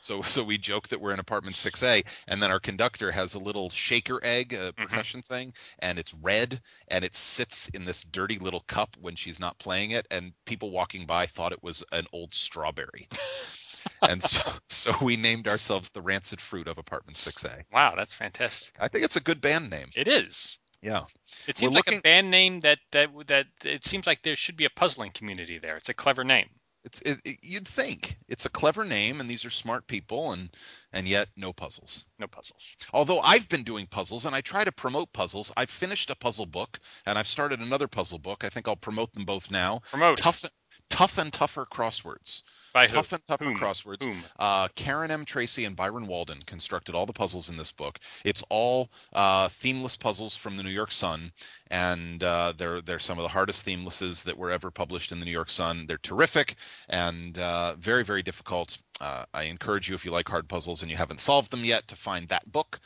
[SPEAKER 2] So so we joke that we're in apartment 6A, and then our conductor has a little shaker egg, a
[SPEAKER 1] Mm-hmm.
[SPEAKER 2] percussion thing, and it's red, and it sits in this dirty little cup when she's not playing it, and people walking by thought it was an old strawberry. (laughs) and so so we named ourselves the rancid fruit of apartment 6A.
[SPEAKER 1] wow that's fantastic
[SPEAKER 2] I think it's a good band name.
[SPEAKER 1] it is
[SPEAKER 2] Yeah.
[SPEAKER 1] it seems
[SPEAKER 2] We're
[SPEAKER 1] like
[SPEAKER 2] looking-
[SPEAKER 1] a band name that, that that it seems like there should be a puzzling community there it's a clever name
[SPEAKER 2] It's it, it- you'd think it's a clever name and these are smart people and and yet no puzzles.
[SPEAKER 1] no puzzles
[SPEAKER 2] Although I've been doing puzzles and I try to promote puzzles, I've finished a puzzle book and I've started another puzzle book. I think I'll promote them both now.
[SPEAKER 1] promote
[SPEAKER 2] Tough, tough and tougher crosswords.
[SPEAKER 1] by who?
[SPEAKER 2] Tough and tougher
[SPEAKER 1] Whom?
[SPEAKER 2] crosswords.
[SPEAKER 1] Whom?
[SPEAKER 2] Uh, Karen M. Tracy and Byron Walden constructed all the puzzles in this book. It's all uh, themeless puzzles from the New York Sun, and uh, they're they're some of the hardest themelesses that were ever published in the New York Sun. They're terrific and uh, very very difficult. Uh, I encourage you if you like hard puzzles and you haven't solved them yet to find that book.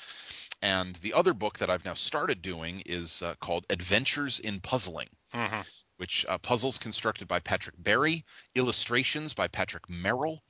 [SPEAKER 2] And the other book that I've now started doing is uh, called Adventures in Puzzling
[SPEAKER 1] Mhm.
[SPEAKER 2] which uh, puzzles constructed by Patrick Berry, illustrations by Patrick Merrill,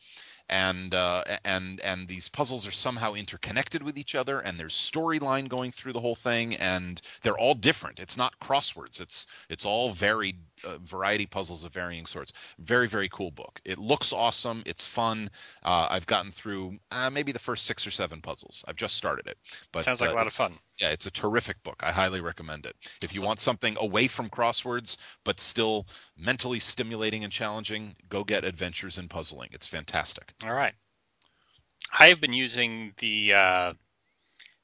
[SPEAKER 2] and uh, and and these puzzles are somehow interconnected with each other, and there's storyline going through the whole thing, and they're all different. It's not crosswords. It's it's all varied uh, variety puzzles of varying sorts. Very very cool book. It looks awesome. It's fun. Uh, I've gotten through uh, maybe the first six or seven puzzles. I've just started it, but
[SPEAKER 1] Sounds like
[SPEAKER 2] uh,
[SPEAKER 1] a lot of fun.
[SPEAKER 2] yeah, it's a terrific book. I highly recommend it. If you want something away from crosswords but still mentally stimulating and challenging, go get Adventures in Puzzling. It's fantastic.
[SPEAKER 1] All right. I have been using the uh,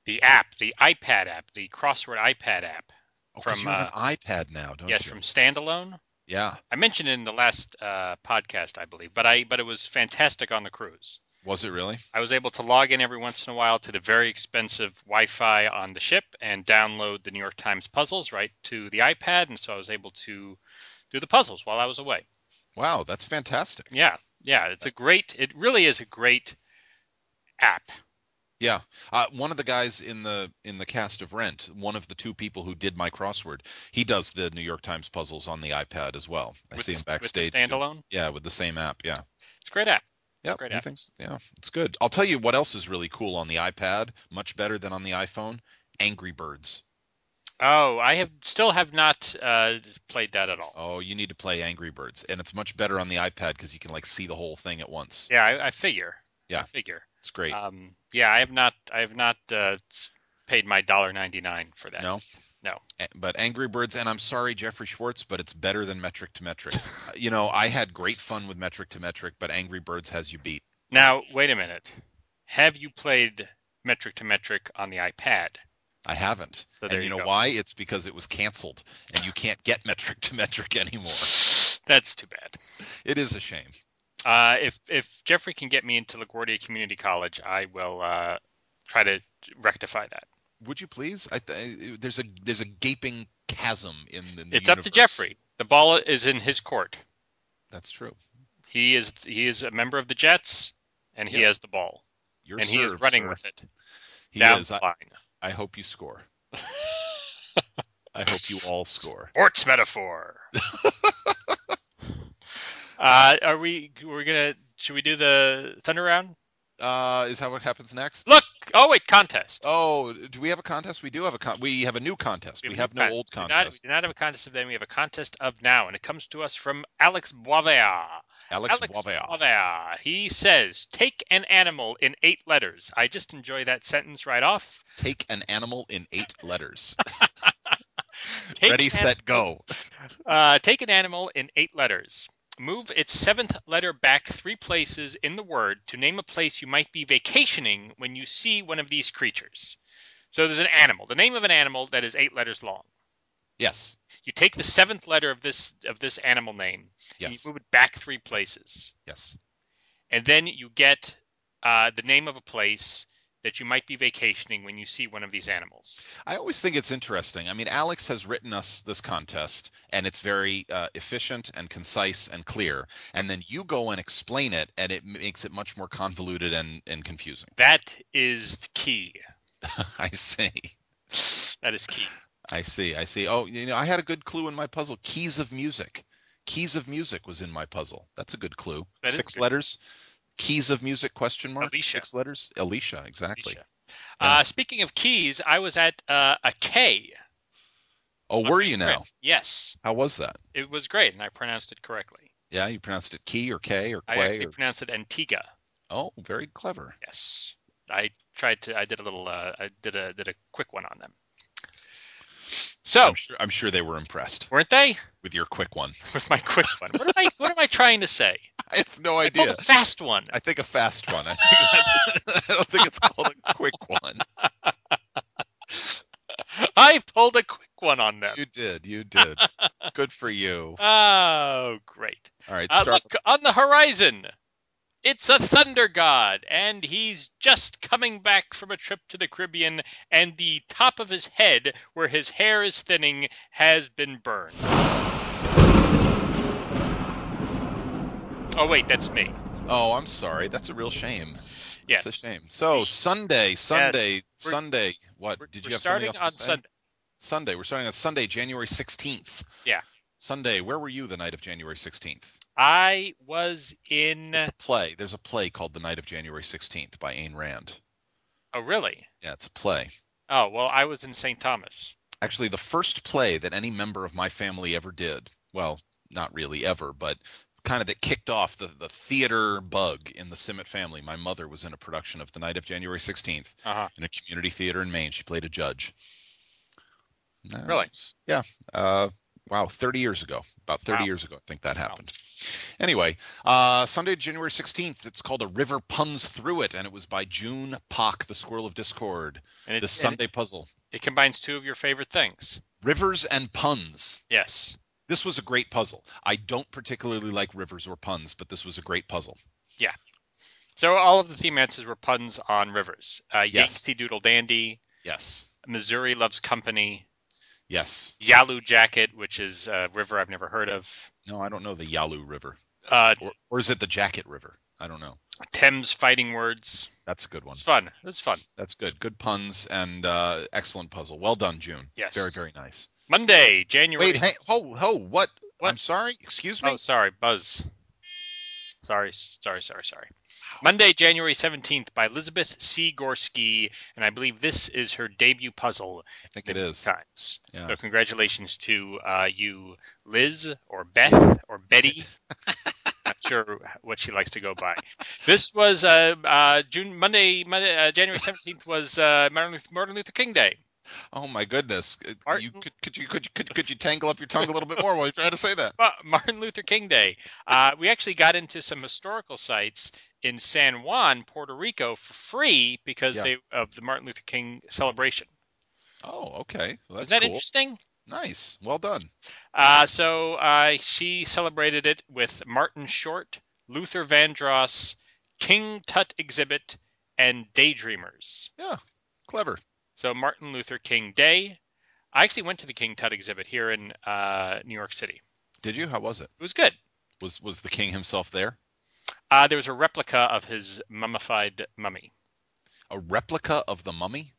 [SPEAKER 1] the app, the iPad app, the crossword iPad app.
[SPEAKER 2] Oh, 'cause
[SPEAKER 1] From, uh,
[SPEAKER 2] you have an iPad now, don't
[SPEAKER 1] yes,
[SPEAKER 2] you?
[SPEAKER 1] from Standalone.
[SPEAKER 2] yeah.
[SPEAKER 1] I mentioned it in the last uh, podcast, I believe, but I but it was fantastic on the cruise.
[SPEAKER 2] Was it really?
[SPEAKER 1] I was able to log in every once in a while to the very expensive Wi-Fi on the ship and download the New York Times puzzles right to the iPad, and so I was able to do the puzzles while I was away.
[SPEAKER 2] Wow, that's fantastic.
[SPEAKER 1] Yeah, yeah, it's a great. It really is a great app.
[SPEAKER 2] Yeah. Uh, one of the guys in the in the cast of Rent, one of the two people who did my crossword, he does the New York Times puzzles on the iPad as well. I
[SPEAKER 1] with
[SPEAKER 2] see
[SPEAKER 1] the-
[SPEAKER 2] him backstage.
[SPEAKER 1] With the
[SPEAKER 2] doing-
[SPEAKER 1] standalone.
[SPEAKER 2] Yeah, with the same app. Yeah.
[SPEAKER 1] It's a great app.
[SPEAKER 2] Yeah,
[SPEAKER 1] great
[SPEAKER 2] he
[SPEAKER 1] app.
[SPEAKER 2] thinks- yeah, it's good. I'll tell you what else is really cool on the iPad, much better than on the iPhone. Angry Birds.
[SPEAKER 1] Oh, I have still have not uh, played that at all.
[SPEAKER 2] Oh, you need to play Angry Birds, and it's much better on the iPad because you can like see the whole thing at once.
[SPEAKER 1] Yeah, I, I figure.
[SPEAKER 2] Yeah.
[SPEAKER 1] I figure.
[SPEAKER 2] It's great.
[SPEAKER 1] uh, Um, yeah, I have not. I have not uh, s- paid my dollar ninety nine for that.
[SPEAKER 2] No?
[SPEAKER 1] No.
[SPEAKER 2] A- But Angry Birds, and I'm sorry, Jeffrey Schwartz, but it's better than Metric
[SPEAKER 1] (laughs)
[SPEAKER 2] to Metric. Uh, you know, I had great fun with Metric to Metric, but Angry Birds has you beat.
[SPEAKER 1] Now, wait a minute. Have you played Metric to Metric on the iPad?
[SPEAKER 2] I haven't.
[SPEAKER 1] So there
[SPEAKER 2] and you,
[SPEAKER 1] you
[SPEAKER 2] know
[SPEAKER 1] go.
[SPEAKER 2] why? It's because it was canceled, and you can't get (laughs) Metric to Metric anymore.
[SPEAKER 1] That's too bad.
[SPEAKER 2] It is a shame.
[SPEAKER 1] Uh, if if Jeffrey can get me into LaGuardia Community College, I will uh, try to rectify that.
[SPEAKER 2] Would you please? I, th- there's a there's a gaping chasm in the. in the
[SPEAKER 1] it's up to
[SPEAKER 2] universe.
[SPEAKER 1] Jeffrey. The ball is in his court.
[SPEAKER 2] That's true.
[SPEAKER 1] He is he is a member of the Jets, and he
[SPEAKER 2] Yeah.
[SPEAKER 1] has the ball,
[SPEAKER 2] You're
[SPEAKER 1] and he is
[SPEAKER 2] served,
[SPEAKER 1] running
[SPEAKER 2] sir.
[SPEAKER 1] with it
[SPEAKER 2] He
[SPEAKER 1] down
[SPEAKER 2] is.
[SPEAKER 1] the
[SPEAKER 2] I,
[SPEAKER 1] line.
[SPEAKER 2] I hope
[SPEAKER 1] (laughs)
[SPEAKER 2] you score. I hope you all score.
[SPEAKER 1] Sports metaphor. (laughs) uh, are we? We're gonna. Should we do the thunder round?
[SPEAKER 2] Uh, is that what happens next?
[SPEAKER 1] Look. Oh wait, contest.
[SPEAKER 2] Oh, do we have a contest? We do have a con- we have a new contest. We, have no
[SPEAKER 1] contest.
[SPEAKER 2] old
[SPEAKER 1] We do not-
[SPEAKER 2] contest.
[SPEAKER 1] we do not have a contest of then. We have a contest of now, and it comes to us from Alex Boisvert.
[SPEAKER 2] Alex,
[SPEAKER 1] Alex
[SPEAKER 2] Boisvert.
[SPEAKER 1] Boisvert. He says, "Take an animal in eight letters." I just enjoy that sentence right off.
[SPEAKER 2] Take an animal in eight letters.
[SPEAKER 1] (laughs) Take
[SPEAKER 2] Ready,
[SPEAKER 1] an-
[SPEAKER 2] set, go.
[SPEAKER 1] Uh, take an animal in eight letters. Move its seventh letter back three places in the word to name a place you might be vacationing when you see one of these creatures. So there's an animal, the name of an animal that is eight letters long.
[SPEAKER 2] Yes.
[SPEAKER 1] You take the seventh letter of this of this animal name, and
[SPEAKER 2] Yes.
[SPEAKER 1] you move it back three places,
[SPEAKER 2] Yes.
[SPEAKER 1] and then you get uh, the name of a place that you might be vacationing when you see one of these animals.
[SPEAKER 2] I always think it's interesting. I mean, Alex has written us this contest, and it's very uh, efficient and concise and clear. And then you go and explain it, and it makes it much more convoluted and, and confusing. (laughs)
[SPEAKER 1] That is the key.
[SPEAKER 2] I see.
[SPEAKER 1] That is key.
[SPEAKER 2] I see. I see. Oh, you know, I had a good clue in my puzzle. Keys of music. Keys of music was in my puzzle. That's a good clue.
[SPEAKER 1] That is
[SPEAKER 2] Six
[SPEAKER 1] good.
[SPEAKER 2] letters. Keys of music question mark.
[SPEAKER 1] Alicia.
[SPEAKER 2] Six letters. Alicia. Exactly.
[SPEAKER 1] Alicia. Uh, speaking of keys, I was at uh, a K.
[SPEAKER 2] Oh,
[SPEAKER 1] on
[SPEAKER 2] were
[SPEAKER 1] my
[SPEAKER 2] you
[SPEAKER 1] trip.
[SPEAKER 2] now?
[SPEAKER 1] Yes,
[SPEAKER 2] How was that?
[SPEAKER 1] it was great, and I pronounced it correctly.
[SPEAKER 2] Yeah, you pronounced it key or K or
[SPEAKER 1] I
[SPEAKER 2] quay.
[SPEAKER 1] actually
[SPEAKER 2] or-
[SPEAKER 1] pronounced it Antigua.
[SPEAKER 2] Oh, very clever.
[SPEAKER 1] Yes, I tried to. I did a little. Uh, I did a did a quick one on them. So
[SPEAKER 2] I'm sure, I'm sure they were impressed
[SPEAKER 1] weren't they (laughs)
[SPEAKER 2] with your quick one.
[SPEAKER 1] with my quick one? What am I? What am I trying to say?
[SPEAKER 2] (laughs) I have no
[SPEAKER 1] I called
[SPEAKER 2] idea.
[SPEAKER 1] a fast one.
[SPEAKER 2] I think a fast one. I, think that's, (laughs) I don't think it's called a quick (laughs) one.
[SPEAKER 1] I pulled a quick one on them.
[SPEAKER 2] You did. You did. Good for you.
[SPEAKER 1] Oh, great!
[SPEAKER 2] All right.
[SPEAKER 1] Uh,
[SPEAKER 2] Start.
[SPEAKER 1] look on the horizon. It's a thunder god, and he's just coming back from a trip to the Caribbean, and the top of his head, where his hair is thinning, has been burned. Oh wait, that's me.
[SPEAKER 2] Oh, I'm sorry. That's a real shame.
[SPEAKER 1] Yes,
[SPEAKER 2] It's a shame. So Sunday, Sunday,
[SPEAKER 1] We're-
[SPEAKER 2] Sunday. What
[SPEAKER 1] We're,
[SPEAKER 2] did
[SPEAKER 1] we're
[SPEAKER 2] you have? something
[SPEAKER 1] starting
[SPEAKER 2] else to
[SPEAKER 1] on
[SPEAKER 2] say?
[SPEAKER 1] Sunday.
[SPEAKER 2] Sunday. We're starting on Sunday, January sixteenth.
[SPEAKER 1] Yeah.
[SPEAKER 2] Sunday. Where were you the night of January sixteenth?
[SPEAKER 1] I was in.
[SPEAKER 2] It's a play. There's a play called The Night of January sixteenth by Ayn Rand.
[SPEAKER 1] Oh really?
[SPEAKER 2] Yeah, it's a play.
[SPEAKER 1] Oh well, I was in St. Thomas.
[SPEAKER 2] Actually, the first play that any member of my family ever did. Well, not really ever, but kind of that kicked off the, the theater bug in the Simmet family. My mother was in a production of The Night of January sixteenth.
[SPEAKER 1] Uh-huh.
[SPEAKER 2] in a community theater in Maine. She played a judge. No,
[SPEAKER 1] Really?
[SPEAKER 2] it's- Yeah. Uh, wow. 30 years ago. About 30
[SPEAKER 1] Wow.
[SPEAKER 2] years ago, I think that happened. Anyway, uh, Sunday, January 16th, it's called A River Puns Through It, and it was by June Pock, the Squirrel of Discord,
[SPEAKER 1] And it, and
[SPEAKER 2] the
[SPEAKER 1] it-
[SPEAKER 2] Sunday puzzle.
[SPEAKER 1] it combines two of your favorite things.
[SPEAKER 2] Rivers and puns.
[SPEAKER 1] Yes.
[SPEAKER 2] This was a great puzzle. I don't particularly like rivers or puns, but this was a great puzzle.
[SPEAKER 1] So all of the theme answers were puns on rivers. Uh,
[SPEAKER 2] Yes.
[SPEAKER 1] Yankee Doodle Dandy,
[SPEAKER 2] Yes.
[SPEAKER 1] Missouri Loves Company,
[SPEAKER 2] Yes.
[SPEAKER 1] Yalu Jacket, which is a river I've never heard of,
[SPEAKER 2] No, I don't know the Yalu River.
[SPEAKER 1] uh,
[SPEAKER 2] Or, or is it the Jacket River? I don't know.
[SPEAKER 1] Thames Fighting Words.
[SPEAKER 2] That's a good one.
[SPEAKER 1] It's fun. It's fun.
[SPEAKER 2] That's good. Good puns and uh, excellent puzzle. Well done, June.
[SPEAKER 1] Yes.
[SPEAKER 2] Very, very nice.
[SPEAKER 1] Monday, January.
[SPEAKER 2] Wait, hey, ho, ho, what?
[SPEAKER 1] What?
[SPEAKER 2] I'm sorry. Excuse me.
[SPEAKER 1] oh, sorry, Buzz. Sorry, sorry, sorry, sorry. Monday, January 17th by Elizabeth C. Gorski, and I believe this is her debut puzzle.
[SPEAKER 2] I think it is.
[SPEAKER 1] times.
[SPEAKER 2] Yeah.
[SPEAKER 1] So congratulations to uh, you, Liz or Beth or Betty.
[SPEAKER 2] (laughs)
[SPEAKER 1] Not sure what she likes to go by. This was uh, uh, June Monday, Monday uh, January seventeenth was uh, Martin, Luther, Martin Luther King Day. (laughs)
[SPEAKER 2] Oh my goodness!
[SPEAKER 1] Martin-
[SPEAKER 2] You could, could you could, you- could could you tangle up your tongue a little bit more while you try to say that?
[SPEAKER 1] Ma- Uh, Martin Luther King Day. Uh, we actually got into some historical sites in San Juan, Puerto Rico, for free because
[SPEAKER 2] Yeah.
[SPEAKER 1] they of the Martin Luther King celebration.
[SPEAKER 2] Oh, okay. Well,
[SPEAKER 1] Is
[SPEAKER 2] that's
[SPEAKER 1] that
[SPEAKER 2] cool.
[SPEAKER 1] interesting?
[SPEAKER 2] Nice. Well done.
[SPEAKER 1] Uh, so uh, she celebrated it with Martin Short, Luther Vandross, King Tut exhibit, and Daydreamers.
[SPEAKER 2] Clever.
[SPEAKER 1] So Martin Luther King Day. I actually went to the King Tut exhibit here in uh, New York City.
[SPEAKER 2] Did you? How was it?
[SPEAKER 1] It was good.
[SPEAKER 2] Was was the king himself there?
[SPEAKER 1] Uh, there was a replica of his mummified mummy,
[SPEAKER 2] A replica of the mummy?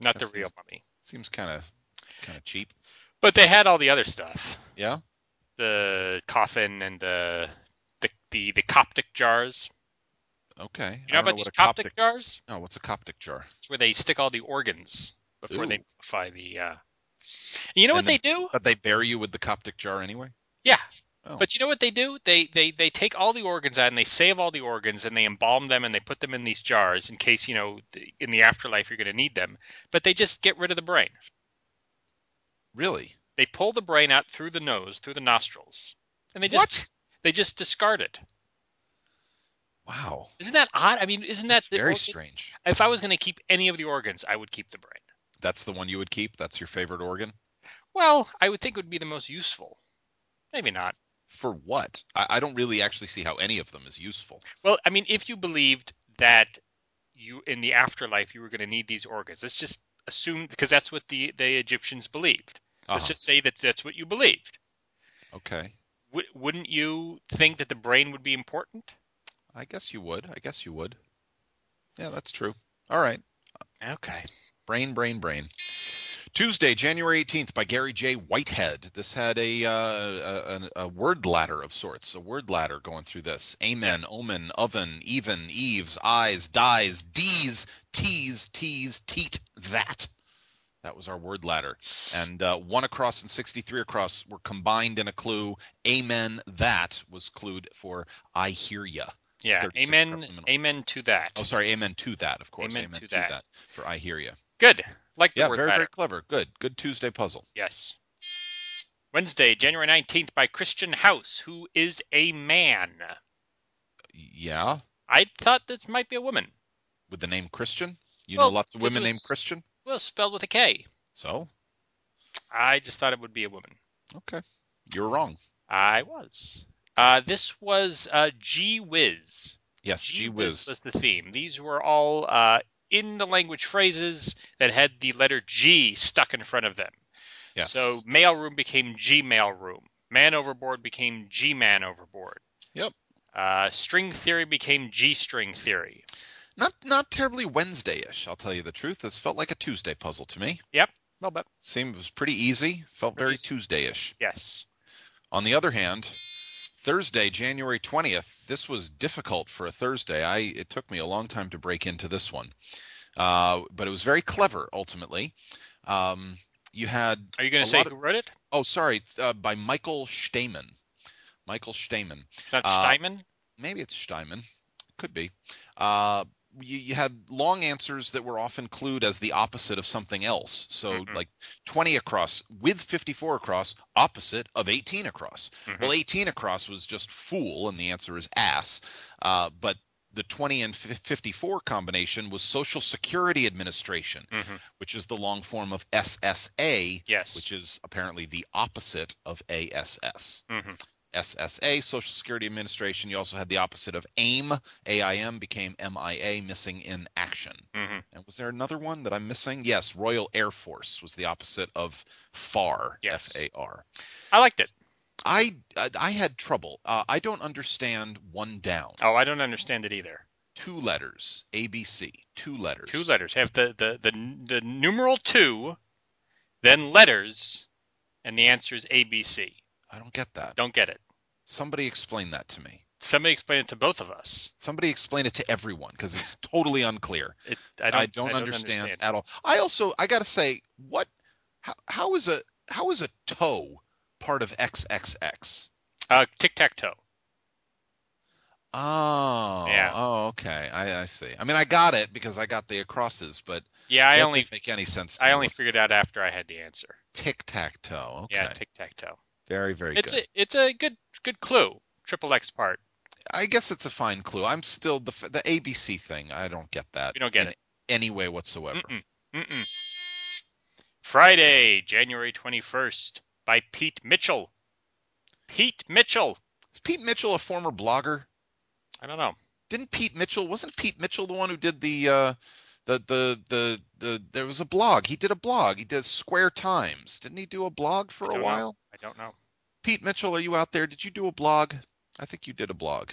[SPEAKER 1] not
[SPEAKER 2] That
[SPEAKER 1] the real
[SPEAKER 2] seems-
[SPEAKER 1] mummy.
[SPEAKER 2] Seems kind of kind of cheap.
[SPEAKER 1] But they had all the other stuff.
[SPEAKER 2] Yeah.
[SPEAKER 1] The coffin and the the the, the Coptic jars.
[SPEAKER 2] Okay.
[SPEAKER 1] You know
[SPEAKER 2] I don't
[SPEAKER 1] about
[SPEAKER 2] what
[SPEAKER 1] these
[SPEAKER 2] a
[SPEAKER 1] Coptic, jars?
[SPEAKER 2] No, what's a Coptic jar?
[SPEAKER 1] It's where they stick all the organs before they
[SPEAKER 2] Ooh.
[SPEAKER 1] mummify the. Uh... You know what
[SPEAKER 2] And
[SPEAKER 1] they do?
[SPEAKER 2] But they bury you with the Coptic jar anyway.
[SPEAKER 1] Yeah.
[SPEAKER 2] Oh.
[SPEAKER 1] But you know what they do? They, they they take all the organs out and they save all the organs and they embalm them and they put them in these jars in case you know the- in the afterlife you're going to need them. But they just get rid of the brain.
[SPEAKER 2] Really?
[SPEAKER 1] They pull the brain out through the nose, through the nostrils, and they just
[SPEAKER 2] What?
[SPEAKER 1] they just discard it.
[SPEAKER 2] Wow.
[SPEAKER 1] Isn't that odd? I mean, isn't
[SPEAKER 2] That's
[SPEAKER 1] that the
[SPEAKER 2] very
[SPEAKER 1] organ-
[SPEAKER 2] strange.
[SPEAKER 1] If I was going to keep any of the organs, I would keep the brain.
[SPEAKER 2] That's the one you would keep. That's your favorite organ.
[SPEAKER 1] Well, I would think it would be the most useful. Maybe not.
[SPEAKER 2] For what? I, I don't really actually see how any of them is useful.
[SPEAKER 1] Well, I mean, if you believed that you in the afterlife you were going to need these organs, let's just assume because that's what the the Egyptians believed. Let's
[SPEAKER 2] Uh-huh.
[SPEAKER 1] just say that that's what you believed.
[SPEAKER 2] Okay.
[SPEAKER 1] W- wouldn't you think that the brain would be important?
[SPEAKER 2] I guess you would. I guess you would. Yeah, that's true. All right.
[SPEAKER 1] Okay.
[SPEAKER 2] Brain, brain, brain. Tuesday, January 18th, by Gary J. Whitehead. This had a, uh, a, a a word ladder of sorts, a word ladder going through this. Amen,
[SPEAKER 1] Yes.
[SPEAKER 2] omen, oven, even, eves, eyes, dies, D's, T's, T's, teat, that. That was our word ladder. And uh, one across and 63 across were combined in a clue. Amen, that was clued for I hear ya.
[SPEAKER 1] Yeah.
[SPEAKER 2] 36
[SPEAKER 1] Amen.
[SPEAKER 2] criminal-
[SPEAKER 1] Amen to that.
[SPEAKER 2] Oh, sorry, amen to that, of course.
[SPEAKER 1] Amen to that.
[SPEAKER 2] for I hear ya.
[SPEAKER 1] Good. Like the
[SPEAKER 2] Yeah,
[SPEAKER 1] word
[SPEAKER 2] very,
[SPEAKER 1] ladder.
[SPEAKER 2] very clever. Good. Good Tuesday puzzle.
[SPEAKER 1] Yes. Wednesday, January 19th, by Christian House, who is a man.
[SPEAKER 2] Yeah,
[SPEAKER 1] I thought this might be a woman.
[SPEAKER 2] with the name Christian. You
[SPEAKER 1] Well,
[SPEAKER 2] know lots of
[SPEAKER 1] this
[SPEAKER 2] women named
[SPEAKER 1] was-
[SPEAKER 2] Christian.
[SPEAKER 1] Well, spelled with a K.
[SPEAKER 2] So,
[SPEAKER 1] I just thought it would be a woman.
[SPEAKER 2] okay. You're wrong.
[SPEAKER 1] I was. Uh, this was uh, G Wiz.
[SPEAKER 2] Yes,
[SPEAKER 1] G
[SPEAKER 2] gee
[SPEAKER 1] Wiz
[SPEAKER 2] whiz.
[SPEAKER 1] was the theme. These were all uh, in the language phrases that had the letter G stuck in front of them.
[SPEAKER 2] Yes.
[SPEAKER 1] So mailroom became G mailroom. Man overboard became G man overboard.
[SPEAKER 2] Yep.
[SPEAKER 1] Uh, string theory became G string theory.
[SPEAKER 2] not not terribly Wednesday-ish, I'll tell you the truth. This felt like a Tuesday puzzle to me.
[SPEAKER 1] A little bit.
[SPEAKER 2] Seemed it was pretty easy. Felt
[SPEAKER 1] Pretty
[SPEAKER 2] very
[SPEAKER 1] easy.
[SPEAKER 2] Tuesday-ish.
[SPEAKER 1] Yes.
[SPEAKER 2] On the other hand, Thursday, January 20th, this was difficult for a Thursday. I it took me a long time to break into this one. Uh, but it was very clever ultimately. Um, you had
[SPEAKER 1] Are you going
[SPEAKER 2] A
[SPEAKER 1] to say
[SPEAKER 2] lot of-
[SPEAKER 1] who wrote it?
[SPEAKER 2] Oh, sorry, uh, by Michael Stamen. Michael Stamen.
[SPEAKER 1] It's not
[SPEAKER 2] Uh,
[SPEAKER 1] Steinman.
[SPEAKER 2] Maybe it's Stamen. Could be. Uh, you, you had long answers that were often clued as the opposite of something else. So,
[SPEAKER 1] Mhm.
[SPEAKER 2] like 20 across with 54 across, opposite of 18 across. Well, 18 across was just fool, and the answer is ass. Uh, but the 20 and fif- 54 combination was Social Security Administration,
[SPEAKER 1] Mhm.
[SPEAKER 2] which is the long form of SSA,
[SPEAKER 1] Yes.
[SPEAKER 2] mm-hmm. which is apparently the opposite of ASS.
[SPEAKER 1] Mhm.
[SPEAKER 2] SSA, Social Security Administration. You also had the opposite of AIM. AIM became MIA, missing in action.
[SPEAKER 1] Mhm.
[SPEAKER 2] And was there another one that I'm missing? Yes, Royal Air Force was the opposite of FAR.
[SPEAKER 1] Yes.
[SPEAKER 2] F-A-R.
[SPEAKER 1] I liked it.
[SPEAKER 2] I I- I had trouble. Uh, I don't understand one down.
[SPEAKER 1] Oh, I don't understand it either.
[SPEAKER 2] Two letters. ABC. Two letters.
[SPEAKER 1] Two letters have the the the, the numeral two, then letters, and the answer is A B C.
[SPEAKER 2] I don't get that.
[SPEAKER 1] Don't get it.
[SPEAKER 2] Somebody explain that to me.
[SPEAKER 1] Somebody explain it to both of us.
[SPEAKER 2] Somebody explain it to everyone because it's totally unclear.
[SPEAKER 1] It,
[SPEAKER 2] I
[SPEAKER 1] I don't,
[SPEAKER 2] don't, understand, at all. I also I gotta say, what? How, how is a how is a toe part of XXX?
[SPEAKER 1] Uh, Tic tac toe.
[SPEAKER 2] Oh.
[SPEAKER 1] Yeah.
[SPEAKER 2] Oh, okay. I, I see. I mean, I got it because I got the acrosses, but
[SPEAKER 1] Yeah, I
[SPEAKER 2] that
[SPEAKER 1] only
[SPEAKER 2] didn't make any sense. To
[SPEAKER 1] I
[SPEAKER 2] me
[SPEAKER 1] only
[SPEAKER 2] whatsoever.
[SPEAKER 1] figured out after I had the answer.
[SPEAKER 2] tic tac toe. Okay.
[SPEAKER 1] Yeah, tic tac toe.
[SPEAKER 2] very very
[SPEAKER 1] It's
[SPEAKER 2] good.
[SPEAKER 1] a it's a good good clue. Triple X part.
[SPEAKER 2] I guess it's a fine clue. I'm still the f- the ABC thing. I don't get that
[SPEAKER 1] We don't get
[SPEAKER 2] in
[SPEAKER 1] it.
[SPEAKER 2] any way whatsoever.
[SPEAKER 1] Mm-mm, mm-mm. Friday, January twenty first, by Pete Mitchell. Pete Mitchell.
[SPEAKER 2] Is Pete Mitchell a former blogger?
[SPEAKER 1] I don't know.
[SPEAKER 2] Didn't Pete Mitchell wasn't Pete Mitchell the one who did the uh the the the the there was a blog. He did a blog. He did Square Times. Didn't he do a blog for
[SPEAKER 1] don't
[SPEAKER 2] a
[SPEAKER 1] know.
[SPEAKER 2] while?
[SPEAKER 1] I don't know.
[SPEAKER 2] Pete Mitchell, are you out there? Did you do a blog? I think you did a blog.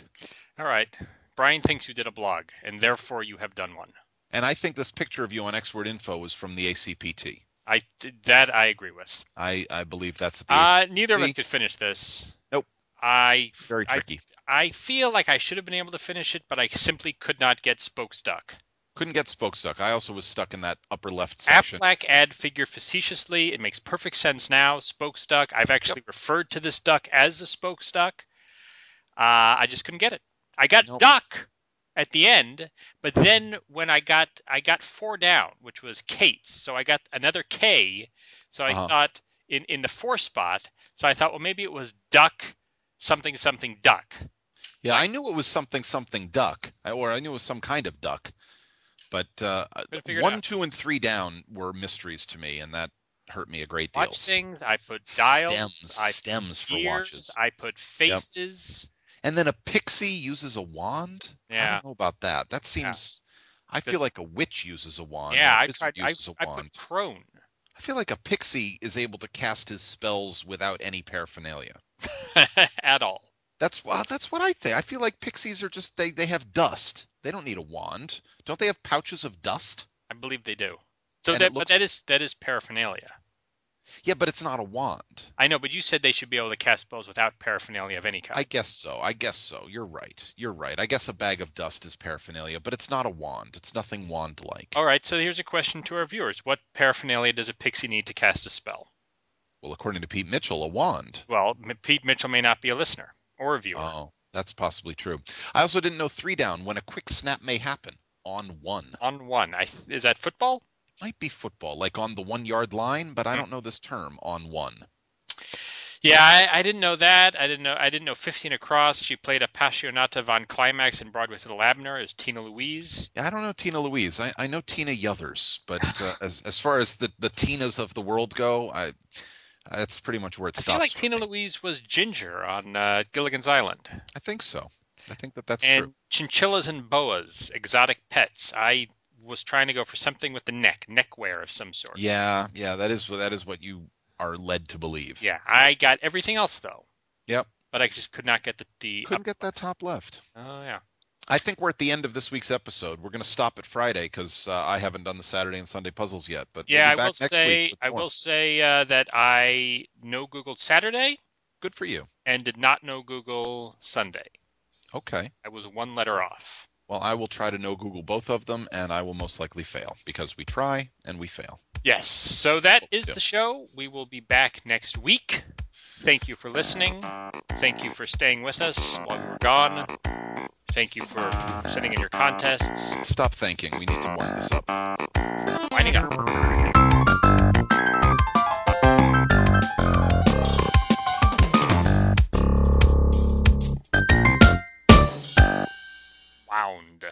[SPEAKER 1] All right. Brian thinks you did a blog, and therefore you have done one.
[SPEAKER 2] And I think this picture of you on X Word Info was from the ACPT.
[SPEAKER 1] I that I agree with.
[SPEAKER 2] I, I believe that's at the
[SPEAKER 1] Uh, neither of us
[SPEAKER 2] Me?
[SPEAKER 1] could finish this.
[SPEAKER 2] Nope.
[SPEAKER 1] I
[SPEAKER 2] ACPT. very
[SPEAKER 1] I-
[SPEAKER 2] tricky.
[SPEAKER 1] I feel like I should have been able to finish it, but I simply could not get spoke stuck.
[SPEAKER 2] Couldn't get spoke stuck. I also was stuck in that upper left section.
[SPEAKER 1] Aflac ad figure facetiously. It makes perfect sense now. Spoke stuck. I've actually referred to this duck as the spoke stuck. Uh, I just couldn't get it. I got
[SPEAKER 2] Nope.
[SPEAKER 1] duck at the end, but then when I got I got four down, which was Kate's, so I got another K. So I
[SPEAKER 2] Uh-huh.
[SPEAKER 1] thought in in the four spot. So I thought, well, maybe it was duck something something duck.
[SPEAKER 2] yeah, I knew it was something something duck, I- or I knew it was some kind of duck. But uh,
[SPEAKER 1] Couldn't figure it
[SPEAKER 2] one,
[SPEAKER 1] out.
[SPEAKER 2] two, and three down were mysteries to me, and that hurt me a great deal.
[SPEAKER 1] Watch things. I put dials.
[SPEAKER 2] stems,
[SPEAKER 1] I
[SPEAKER 2] stems for
[SPEAKER 1] gears,
[SPEAKER 2] watches,
[SPEAKER 1] I put faces.
[SPEAKER 2] and then a pixie uses a wand. I
[SPEAKER 1] Yeah.
[SPEAKER 2] don't know about that. That seems. I feel
[SPEAKER 1] Just-
[SPEAKER 2] like a witch uses a wand.
[SPEAKER 1] Yeah,
[SPEAKER 2] a
[SPEAKER 1] I
[SPEAKER 2] wizard
[SPEAKER 1] tried. I,
[SPEAKER 2] uses a
[SPEAKER 1] I
[SPEAKER 2] wand.
[SPEAKER 1] put crone.
[SPEAKER 2] (laughs) I feel like a pixie is able to cast his spells without any paraphernalia.
[SPEAKER 1] at all.
[SPEAKER 2] That's well, that's what I think. I feel like pixies are just they they have dust. They don't need a wand. Don't they have pouches of dust?
[SPEAKER 1] I believe they do. So
[SPEAKER 2] And
[SPEAKER 1] that,
[SPEAKER 2] it
[SPEAKER 1] but
[SPEAKER 2] looks-
[SPEAKER 1] that is that is paraphernalia.
[SPEAKER 2] Yeah, but it's not a wand.
[SPEAKER 1] I know, but you said they should be able to cast spells without paraphernalia of any
[SPEAKER 2] I
[SPEAKER 1] kind.
[SPEAKER 2] guess so. I guess so. You're right. You're right. I guess a bag of dust is paraphernalia, but it's not a wand. It's nothing wand-like.
[SPEAKER 1] All right. So here's a question to our viewers: What paraphernalia does a pixie need to cast a spell?
[SPEAKER 2] Well, according to Pete Mitchell, a wand.
[SPEAKER 1] Well, M- Pete Mitchell may not be a listener or a viewer.
[SPEAKER 2] Oh, that's possibly true. I also didn't know three down when a quick snap may happen on one.
[SPEAKER 1] On one, I, th- is that football?
[SPEAKER 2] might be football, like on the one yard line, but I don't know this term on one.
[SPEAKER 1] Yeah, I, I didn't know that. I didn't know. I didn't know 15 across. She played Appassionata von Climax in Broadway's Little Abner as Tina Louise.
[SPEAKER 2] Yeah, I don't know Tina Louise. I, I know Tina Yothers, but
[SPEAKER 1] (laughs)
[SPEAKER 2] uh, as as far as the, the Tinas of the world go, I that's pretty much where it
[SPEAKER 1] I
[SPEAKER 2] stops.
[SPEAKER 1] feel like
[SPEAKER 2] for
[SPEAKER 1] Tina
[SPEAKER 2] me.
[SPEAKER 1] Louise was Ginger on uh, Gilligan's Island,
[SPEAKER 2] I think so. I think that that's
[SPEAKER 1] and
[SPEAKER 2] true.
[SPEAKER 1] chinchillas and boas, exotic pets. I was trying to go for something with the neck, neckwear of some sort.
[SPEAKER 2] Yeah, yeah, that is what that is what you are led to believe.
[SPEAKER 1] Yeah, I got everything else though,
[SPEAKER 2] Yep.
[SPEAKER 1] but I just could not get the the. uh,
[SPEAKER 2] Couldn't get that top left.
[SPEAKER 1] Oh yeah.
[SPEAKER 2] I think we're at the end of this week's episode. We're going to stop at Friday because uh, I haven't done the Saturday and Sunday puzzles yet. But we'll
[SPEAKER 1] Yeah,
[SPEAKER 2] be
[SPEAKER 1] I
[SPEAKER 2] back
[SPEAKER 1] will
[SPEAKER 2] next
[SPEAKER 1] say
[SPEAKER 2] week with
[SPEAKER 1] I
[SPEAKER 2] more.
[SPEAKER 1] will say uh, that I no Googled Saturday
[SPEAKER 2] Good for you.
[SPEAKER 1] and did not know Google Sunday.
[SPEAKER 2] Okay.
[SPEAKER 1] I was one letter off.
[SPEAKER 2] Well, I will try to no Google both of them, and I will most likely fail because we try and we fail.
[SPEAKER 1] Yes. So that is
[SPEAKER 2] Yeah.
[SPEAKER 1] the show. We will be back next week. Thank you for listening. Thank you for staying with us while we were gone. Thank you for sending in your contests.
[SPEAKER 2] Stop thinking. We need to wind this up.
[SPEAKER 1] Winding up. Wound.